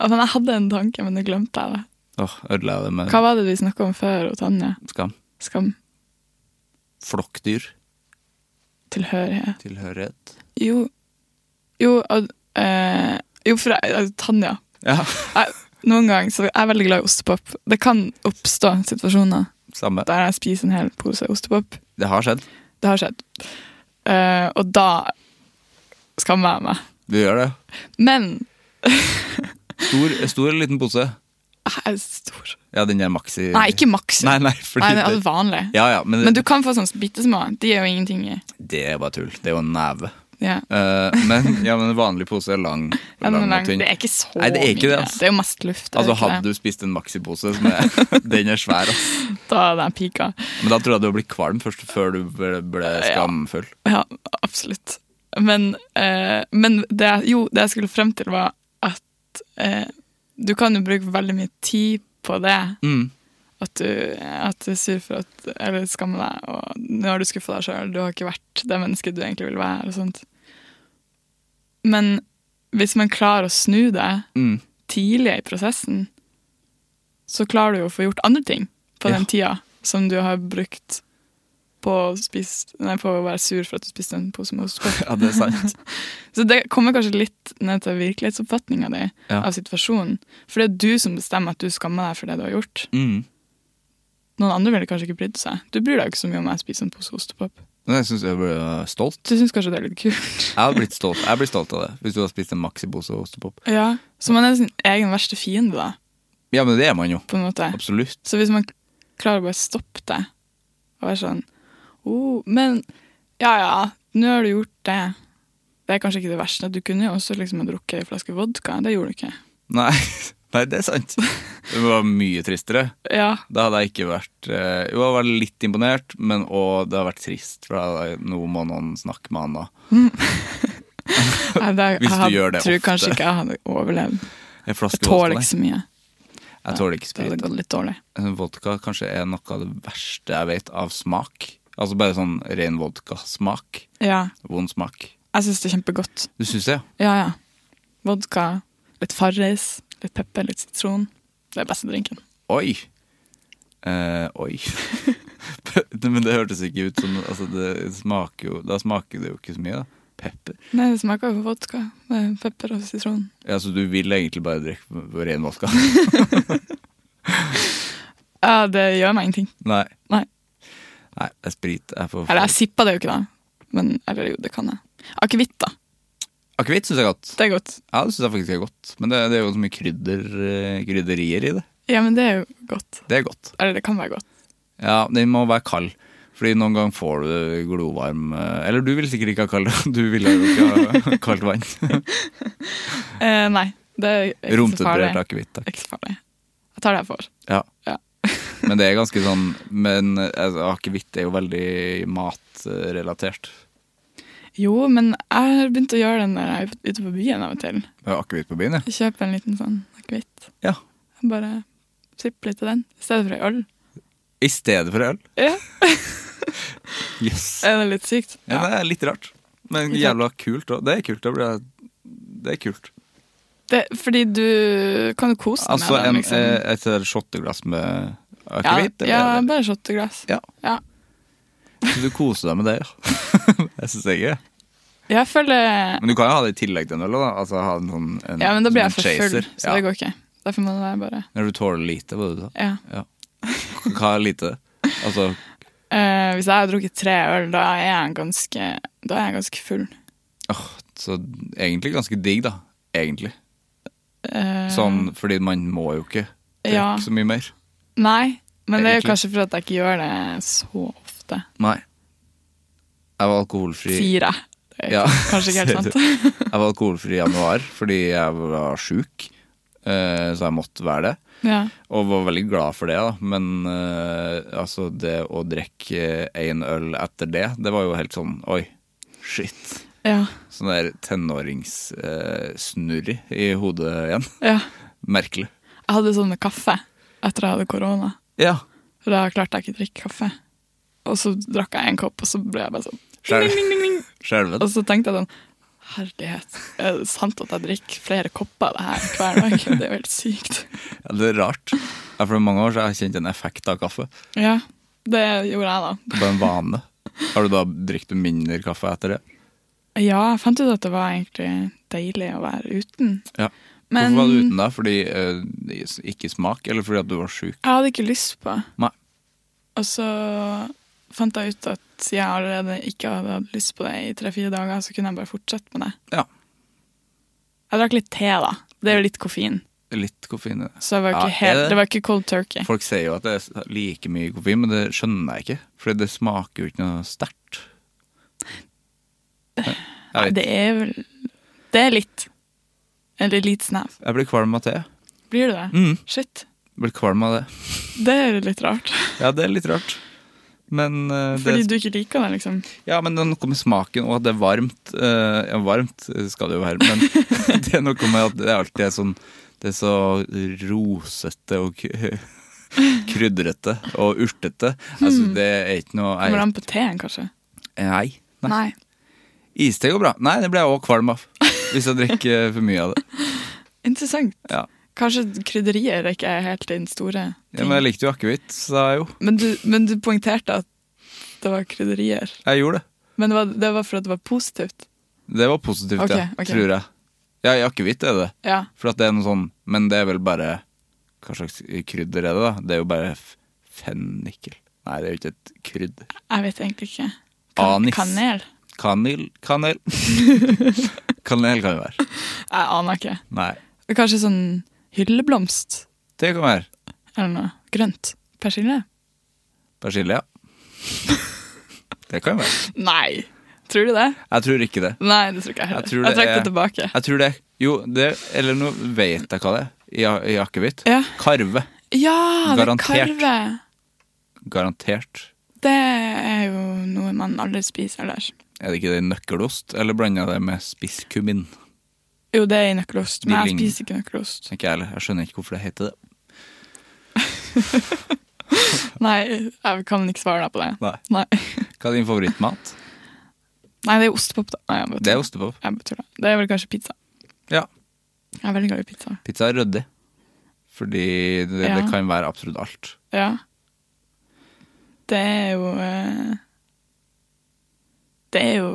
Altså, jeg hadde en tanke, men det glemte jeg. det. Åh, ødela jeg det med Hva var det vi snakka om før, og Tanja? skam? Skam. Flokkdyr. Tilhørighet. Tilhørighet. Jo, jo, og, eh, jo for jeg, altså, Tanja Ja, jeg, Noen ganger så er jeg veldig glad i ostepop. Det kan oppstå situasjoner samme. der jeg spiser en hel pose ostepop. Det har skjedd. Det har skjedd. Eh, og da skammer jeg meg. Du gjør det. Men Stor, stor eller liten pose? jeg er stor. Ja, den der maxi... Nei, ikke maks. Nei, nei, fordi Nei, men altså det, vanlig. ja, ja, men, Men du kan få sånne bitte små. De er jo ingenting i. det er bare tull. Det er jo en neve. Ja. Eh, men, ja, men en vanlig pose er lang, Ja, lang, men lang- og tynn. Det er ikke så Nei, det er ikke det, mye. altså. Det er jo mest luft. er Altså, det ikke hadde det? du spist en maxipose, som er, den er svær, ass. Da hadde jeg pika. Men da tror jeg du hadde blitt kvalm først, før du ble, ble skamfull. Ja, absolutt. Men, eh, men det, jeg- jo, det jeg skulle frem til, var at eh, du kan jo bruke veldig mye tid på det. Mm. At du, at du er sur for at Eller skammer deg, og nå har du skuffa deg sjøl, du har ikke vært det mennesket du egentlig vil være, og sånt. Men hvis man klarer å snu det Mm. tidlig i prosessen, så klarer du jo å få gjort andre ting på Ja. den tida som du har brukt på å, spise, nei, på å være sur for at du spiste en pose med ostepop. Ja, det er sant. Så det kommer kanskje litt ned til virkelighetsoppfatninga di Ja. av situasjonen. For det er du som bestemmer at du skammer deg for det du har gjort. Mm. Noen andre ville kanskje ikke brydd seg. Du bryr deg jo ikke så mye om jeg spiser en pose ostepop. Men jeg synes jeg ble stolt. Du syns kanskje det er litt kult. Jeg hadde blitt stolt. Jeg blir stolt av det, hvis du hadde spist en maxipose ostepop. Ja. Så man er sin egen verste fiende, da, Ja, men det er man jo. på en måte. Absolutt. Så hvis man klarer å bare stoppe det og være sånn oh, Men ja, ja, nå har du gjort det. Det er kanskje ikke det verste. Du kunne jo også liksom ha drukket en flaske vodka. Det gjorde du ikke. Nei, nei det er sant. Det var mye tristere. Ja, Da hadde jeg ikke vært eh, Jo, jeg hadde vært litt imponert, men òg det hadde vært trist. For da hadde jeg- nå må noen snakke med Anna. jeg, det, Hvis du jeg had- gjør det tror ofte. kanskje ikke jeg hadde overlevd. En flaske Jeg tåler vodka. ikke nei. så mye. Jeg tåler ikke Det hadde sprit. gått litt dårlig. Vodka kanskje er noe av det verste jeg vet av smak. Altså bare sånn ren vodkasmak. Ja, Vond smak. jeg syns det er kjempegodt. Du syns det, ja? Ja, ja. Vodka, litt Farris, litt pepper, litt sitron. Det er beste drinken. Oi. Eh, oi. men det hørtes ikke ut som altså det smaker jo, Da smaker det jo ikke så mye, da. Pepper. Nei, det smaker jo vodka. Det er pepper og sitron. Altså, Ja, Så du vil egentlig bare drikke ren vodka? Ja, det gjør meg ingenting. Nei. Nei. Nei, det er sprit. Jeg får- Eller jeg sipper det jo ikke, da. Men eller jo, det kan jeg. Akevitt, da. Akevitt syns jeg er godt. Det er godt. Ja, det syns jeg faktisk er godt. Men det, det er jo så mye krydder, eh, krydderier i det. Ja, men det er jo godt. Det er godt. Eller det kan være godt. Ja, den må være kald. Fordi noen ganger får du glovarm eh, Eller du vil sikkert ikke ha kald Du vil jo ikke ha kaldt vann. Eh, nei, det er ikke så farlig. Romtemperert akevitt, takk. Ikke så farlig. Jeg tar det jeg får. Ja. Ja. Men det er ganske sånn Men altså, akevitt er jo veldig matrelatert. Jo, men jeg har begynt å gjøre det når jeg er ute på byen av og til. Det er jo Akevitt på byen, ja. Jeg kjøper en liten sånn akevitt. ja. Jeg Bare sipper litt av den, i stedet for ei øl. I stedet for øl. Ja, Yes. Er det litt sykt? Ja, det er litt rart. Men Litt jævla kult òg. Det er kult. Da blir jeg Det er kult. Det, fordi du kan jo kose deg Altså med en, den, liksom. liksom. et shotteglass med ja, akevitt? ja, eller- bare shotteglass. ja. Ja. Så du koser deg med det, ja. jeg syns det er gøy. Jeg føler Men du kan jo ha det i tillegg til en øl. da. Altså ha en sånn en, Ja, men da blir jeg som for en chaser. full, så Ja. det går ikke. Derfor må det være bare Når du tåler lite, hva er det du sa? Ja. Ja. Hva er lite? Altså Eh, hvis jeg har drukket tre øl, da er jeg ganske, da er jeg ganske full. åh, Så egentlig ganske digg, da. Egentlig. Eh, Sånn fordi man må jo ikke drikke Ja. så mye mer. Nei, men det er jo Egentlig. kanskje for at jeg ikke gjør det så ofte. Nei. Jeg var alkoholfri Sier jeg. Det er Ja. Kanskje ikke helt sant. Jeg var alkoholfri i januar fordi jeg var sjuk, eh, så jeg måtte være det. Ja. Og var veldig glad for det, da. Men eh, altså, det å drikke én øl etter det, det var jo helt sånn oi, shit. Ja. Sånn der tenåringssnurri eh, i hodet igjen. ja. Merkelig. Jeg hadde sånn med kaffe etter jeg hadde korona. Ja. For da klarte jeg ikke å drikke kaffe. Og så drakk jeg en kopp, og så ble jeg bare sånn Skjel- ding, ding, ding, ding. Skjelven. Og så tenkte jeg sånn Herlighet, er det sant at jeg drikker flere kopper av det her hver dag? Det er jo helt sykt. Ja, det er rart. Ja, for mange år så har jeg kjent en effekt av kaffe. Ja, det gjorde jeg da. Det er bare en vane. Har du da drukket mindre kaffe etter det? Ja, jeg fant ut at det var egentlig deilig å være uten. Ja. Men Hvorfor var du uten da? Fordi eh, ikke smak, eller fordi at du var sjuk? jeg hadde ikke lyst på det. Nei. Og så fant jeg ut at jeg allerede ikke hadde hatt lyst på det i tre-fire dager, så kunne jeg bare fortsette med det. Ja. Jeg drakk litt te, da. Det er jo litt koffein. Litt koffein i det. Så det var ikke, Ja, er helt, det? det var ikke cold turkey. Folk sier jo at det er like mye koffein, men det skjønner jeg ikke. For det smaker jo ikke noe sterkt. Jeg- Nei, Jeg, det vet. er vel Det er litt. Eller litt snev. jeg blir kvalm av te. Blir du det? Mm. Shit. Jeg Blir kvalm av det. Det er litt rart. Ja, det er litt rart. Men, eh, Fordi det, du ikke liker det, liksom. ja, men det er noe med smaken og at det er varmt. Eh, ja, varmt skal det jo være, men det er noe med at det alltid er sånn Det er så rosete og k- krydrete og urtete. Altså, det er ikke noe Hmm. Kommer jeg, an på teen, kanskje. Nei. nei. Iste går bra. Nei, det ble jeg òg kvalm av. Hvis jeg drikker for mye av det. Interessant. Ja. Kanskje krydderier ikke er helt din store Ja, ting. men jeg likte jo akevitt, sa jeg jo. men, du, men du poengterte at det var krydderier. Jeg gjorde det. Men det var, det var for at det var positivt. Det var positivt, Ok, ja, ok. tror jeg. Ja, i akevitt er det. Ja. For at det er noe sånn Men det er vel bare Hva slags krydder er det, da? Det er jo bare f- fennikel. Nei, det er jo ikke et krydder. Jeg vet egentlig ikke. Anis. Kanel? Kanel Kanel. Kanel kan jo være. Jeg aner ikke. Nei. Kanskje sånn hylleblomst Det kan være eller noe grønt? Persille? persille, ja. Det kan jo være. Nei! Tror du det? Jeg tror ikke det. Nei, det tror ikke jeg heller. Jeg Jeg, tror det trakk er- det tilbake. Jeg tror det. Jo, det Eller nå vet jeg hva det er. I, i akevitt. Ja. Karve. Ja, det er Garantert. karve! Garantert. Det er jo noe man aldri spiser ellers. Er det ikke det i nøkkelost, eller blander jeg det med spiss kummin? Jo, det er i nøkkelost, men De jeg ligner. spiser ikke nøkkelost. Ikke jeg heller. Jeg skjønner ikke hvorfor det heter det. Nei, jeg kan ikke svare deg på det. Nei. Nei, Hva er din favorittmat? Nei det er ostepop, da. Nei, jeg bare Det er tuller. ostepop. Jeg bare tuller. Det er vel kanskje pizza. Ja. Jeg er veldig glad i pizza. Pizza er ryddig. Fordi det, Ja. det kan være absolutt alt. Ja. Det er jo eh, Det er jo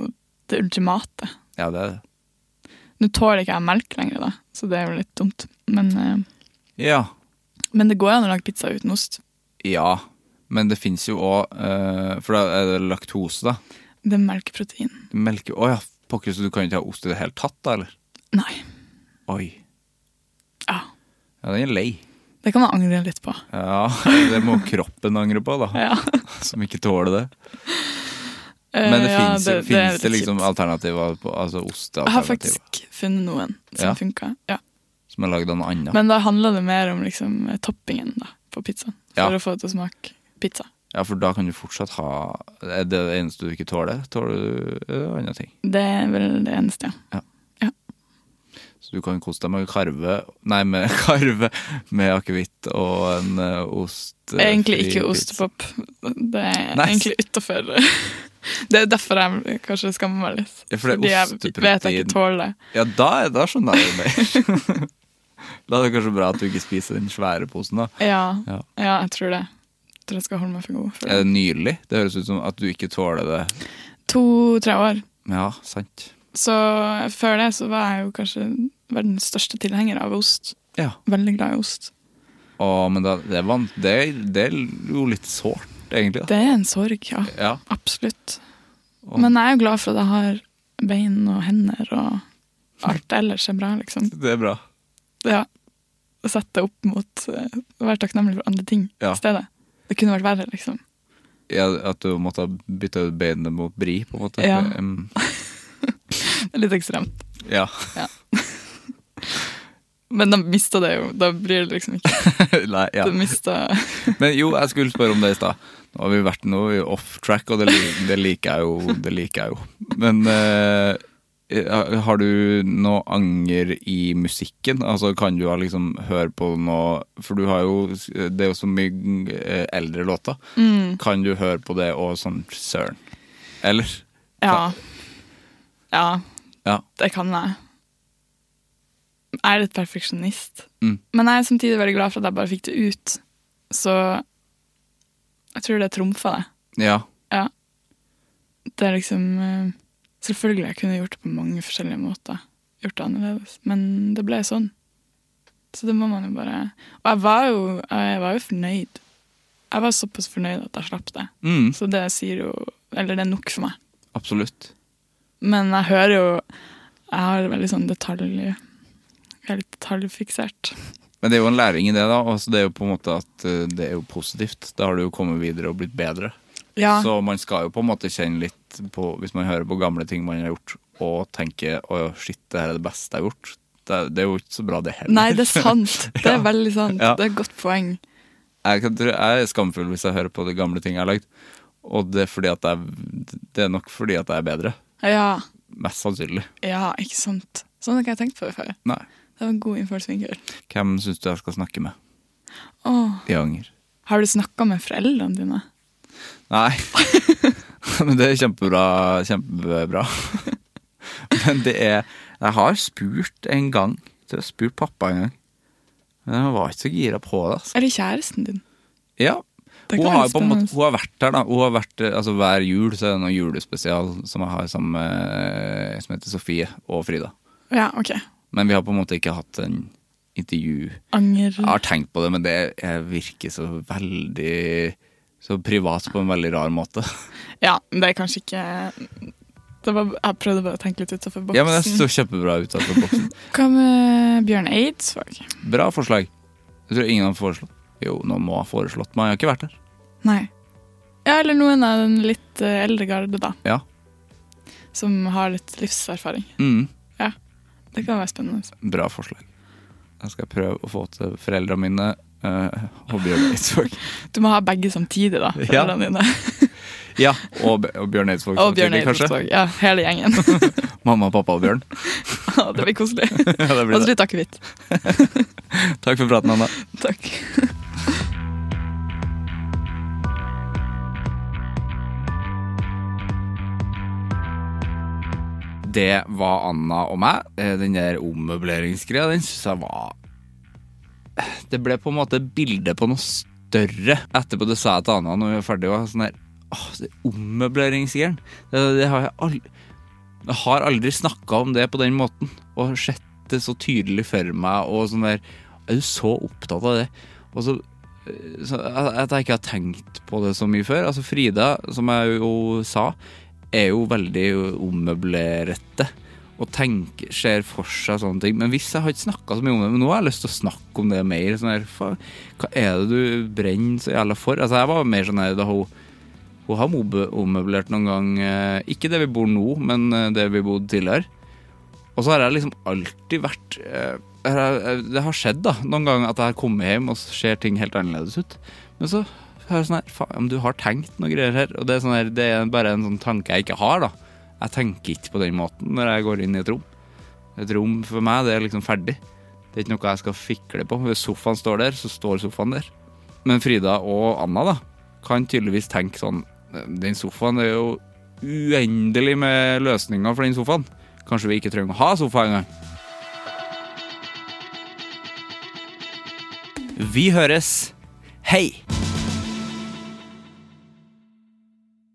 det ultimate. Ja, det er det. Nå tåler ikke jeg melk lenger, da, så det er jo litt dumt. Men, eh, Ja. men det går jo an å lage pizza uten ost. Ja, men det fins jo òg For da er det laktose, da. Det er melkeprotein. Melke Å ja, pokker, så du kan ikke ha ost i det hele tatt, da, eller? Nei. Oi. Ja. Ja, den er lei. Det kan man angre litt på. Ja, det må kroppen angre på, da. Ja. Som ikke tåler det. Men det Eh, ja, fins det, det er finnes det litt liksom kjipt. alternativer på altså Jeg har ostealternativer faktisk funnet noen som Ja. funka. Ja. som er lagd av noe annet? Men da handler det mer om liksom, eh, toppingen da, på pizzaen. For Ja. å få det til å smake pizza. Ja, for da kan du fortsatt ha Er det det eneste du ikke tåler? Tåler du er det andre ting? Det er vel det eneste, ja. Så du kan kose deg med karve Nei, med karve med akevitt og en eh, ost eh, Egentlig fri ikke pizza. ostepop. Det er Nei. egentlig utafor. Det er derfor jeg kanskje skammer meg litt. Ja, for det er Fordi jeg vet osteprotein. jeg ikke tåler det. Ja, da, er- da skjønner jeg det mer. da er det kanskje bra at du ikke spiser den svære posen, da. Ja, Ja. ja. jeg tror det. Jeg tror jeg skal holde meg for god. For Er det. det nylig? Det høres ut som at du ikke tåler det. To-tre år. Ja, sant. Så før det så var jeg jo kanskje verdens største tilhenger av ost. Ja. Veldig glad i ost. Å, men da, det, er vant, det, er- det er jo litt sårt, egentlig. Da. Det er en sorg, ja. Ja. Absolutt. Og- Men jeg er jo glad for at jeg har bein og hender og alt ellers er bra, liksom. Det er bra. Ja. Sette det opp mot eh, å være takknemlig for andre ting Ja. i stedet. Det kunne vært verre, liksom. Ja, at du måtte bytte ut beinet mot bri, på en måte. Ja. Mm, Det er Litt ekstremt. ja. Men da mista det jo. Da blir det liksom ikke Nei, ja. Du mista Men jo, jeg skulle spørre om det i stad. Nå har vi vært noe off track, og det, li- det liker jeg jo. Det liker jeg jo. Men eh, har du noe anger i musikken? Altså, kan du ha liksom høre på noe For du har jo Det er jo så mye eh, eldre låter. Kan du høre på det og sånn søren? Eller? Ja. Ja, Ja. det kan jeg. Jeg er litt perfeksjonist. Mm. Men jeg er samtidig veldig glad for at jeg bare fikk det ut. Så jeg tror det trumfa det. Ja. Ja. Det er liksom eh, Selvfølgelig jeg kunne gjort det på mange forskjellige måter. Gjort det annerledes. Men det ble sånn. Så det må man jo bare Og jeg var jo, jeg var jo fornøyd. Jeg var såpass fornøyd at jeg slapp det. Mm, Så det sier jo Eller det er nok for meg. absolutt. Men jeg hører jo Jeg har veldig sånn detalj Jeg er litt detaljfiksert. Men det er jo en læring i det, da. Altså, det er jo på en måte at eh, det er jo positivt. Da har du jo kommet videre og blitt bedre. Ja. Så man skal jo på en måte kjenne litt på Hvis man hører på gamle ting man har gjort, og tenker å shit, det her er det beste jeg har gjort. Det, det er jo ikke så bra, det heller. Nei, det er sant. Det er Ja. veldig sant. Ja. Det er et godt poeng. jeg, kan tro- jeg er skamfull hvis jeg hører på de gamle ting jeg har lagd. Og det er, fordi at jeg, det er nok fordi at jeg er bedre. Ja, Mest sannsynlig. ja ikke sant. Sånn har ikke jeg tenkt på det før. Nei. Det var en god innfallsvinkel. Hvem syns du jeg skal snakke med Åh. i anger? Har du snakka med foreldrene dine? Nei. Men det er kjempebra. Kjempebra. Men det er Jeg har spurt en gang. Jeg har spurt pappa en gang. Men han var ikke så gira på det. Altså. Eller kjæresten din? Ja. Det Hun kan har, være på en måte, spennende. hun har vært der, da. Hun har vært, eh, altså, hver jul så er det noe julespesial som jeg har sammen med eh, som heter Sofie og Frida. Ja, OK. Men vi har på en måte ikke hatt en intervju. Anger Jeg har tenkt på det, men det eh, virker så veldig så privat på en veldig rar måte. Ja, men det er kanskje ikke det var, Jeg prøvde bare å tenke litt utafor boksen. Ja, men det så kjempebra ut. av boksen. Hva med Bjørn Eidsvåg? Bra forslag. Jeg tror ingen har foreslått. Jo, noen må ha foreslått, men jeg har ikke vært der. Nei. Ja, eller noen av den litt eh, eldre garde, da. Ja. Som har litt livserfaring. Mm, Det kan være spennende. bra forslag. Jeg skal prøve å få til foreldrene mine. Uh, og Bjørn Eidsvåg. Du må ha begge samtidig, da. Ja. Foreldrene dine. Ja, og, B- og Bjørn Eidsvåg Og Bjørn samtidig, kanskje. Eidsvåg. Ja, hele gjengen. Mamma, pappa og Bjørn. Ja, det blir koselig. Ja, det Og blir så det. litt akevitt. Takk for praten, Anna. Takk. Det var Anna og meg. Eh, Den der ommøbleringsgreia, den syns jeg var Det ble på en måte bilde på noe større. Etterpå det sa jeg til Anna når vi var ferdige, var jeg sånn der Åh, det ommøbleringsgreiene. Det, det har jeg aldri Jeg har aldri snakka om det på den måten. Og sett det så tydelig for meg, og sånn der Er du så opptatt av det? Og så så, at jeg ikke har tenkt på det så mye før. Altså Frida, som jeg jo sa, er jo veldig ommøblerette og tenker, ser for seg sånne ting. Men hvis jeg har ikke snakka så mye om det, men nå har jeg lyst til å snakke om det mer. Sånn her, faen, hva er det du brenner så jævla for? Altså Jeg var mer sånn her da hun hun har mobe- ommøblert noen gang, eh, ikke der vi bor nå, men eh, der vi bodde tidligere. Og så har jeg liksom alltid vært eh, her er- Det har skjedd da noen ganger at jeg har kommet hjem og så ser ting helt annerledes ut. Men så er det sånn her Faen, men du har tenkt noe greier her. Og det er, sånn her, det er bare en sånn tanke jeg ikke har, da. Jeg tenker ikke på den måten når jeg går inn i et rom. Et rom for meg, det er liksom ferdig. Det er ikke noe jeg skal fikle på. Hvis sofaen står der, så står sofaen der. Men Frida og Anna da kan tydeligvis tenke sånn Den sofaen det er jo uendelig med løsninger for den sofaen. Kanskje vi ikke trenger å ha sofa engang. Vi høres. Hei!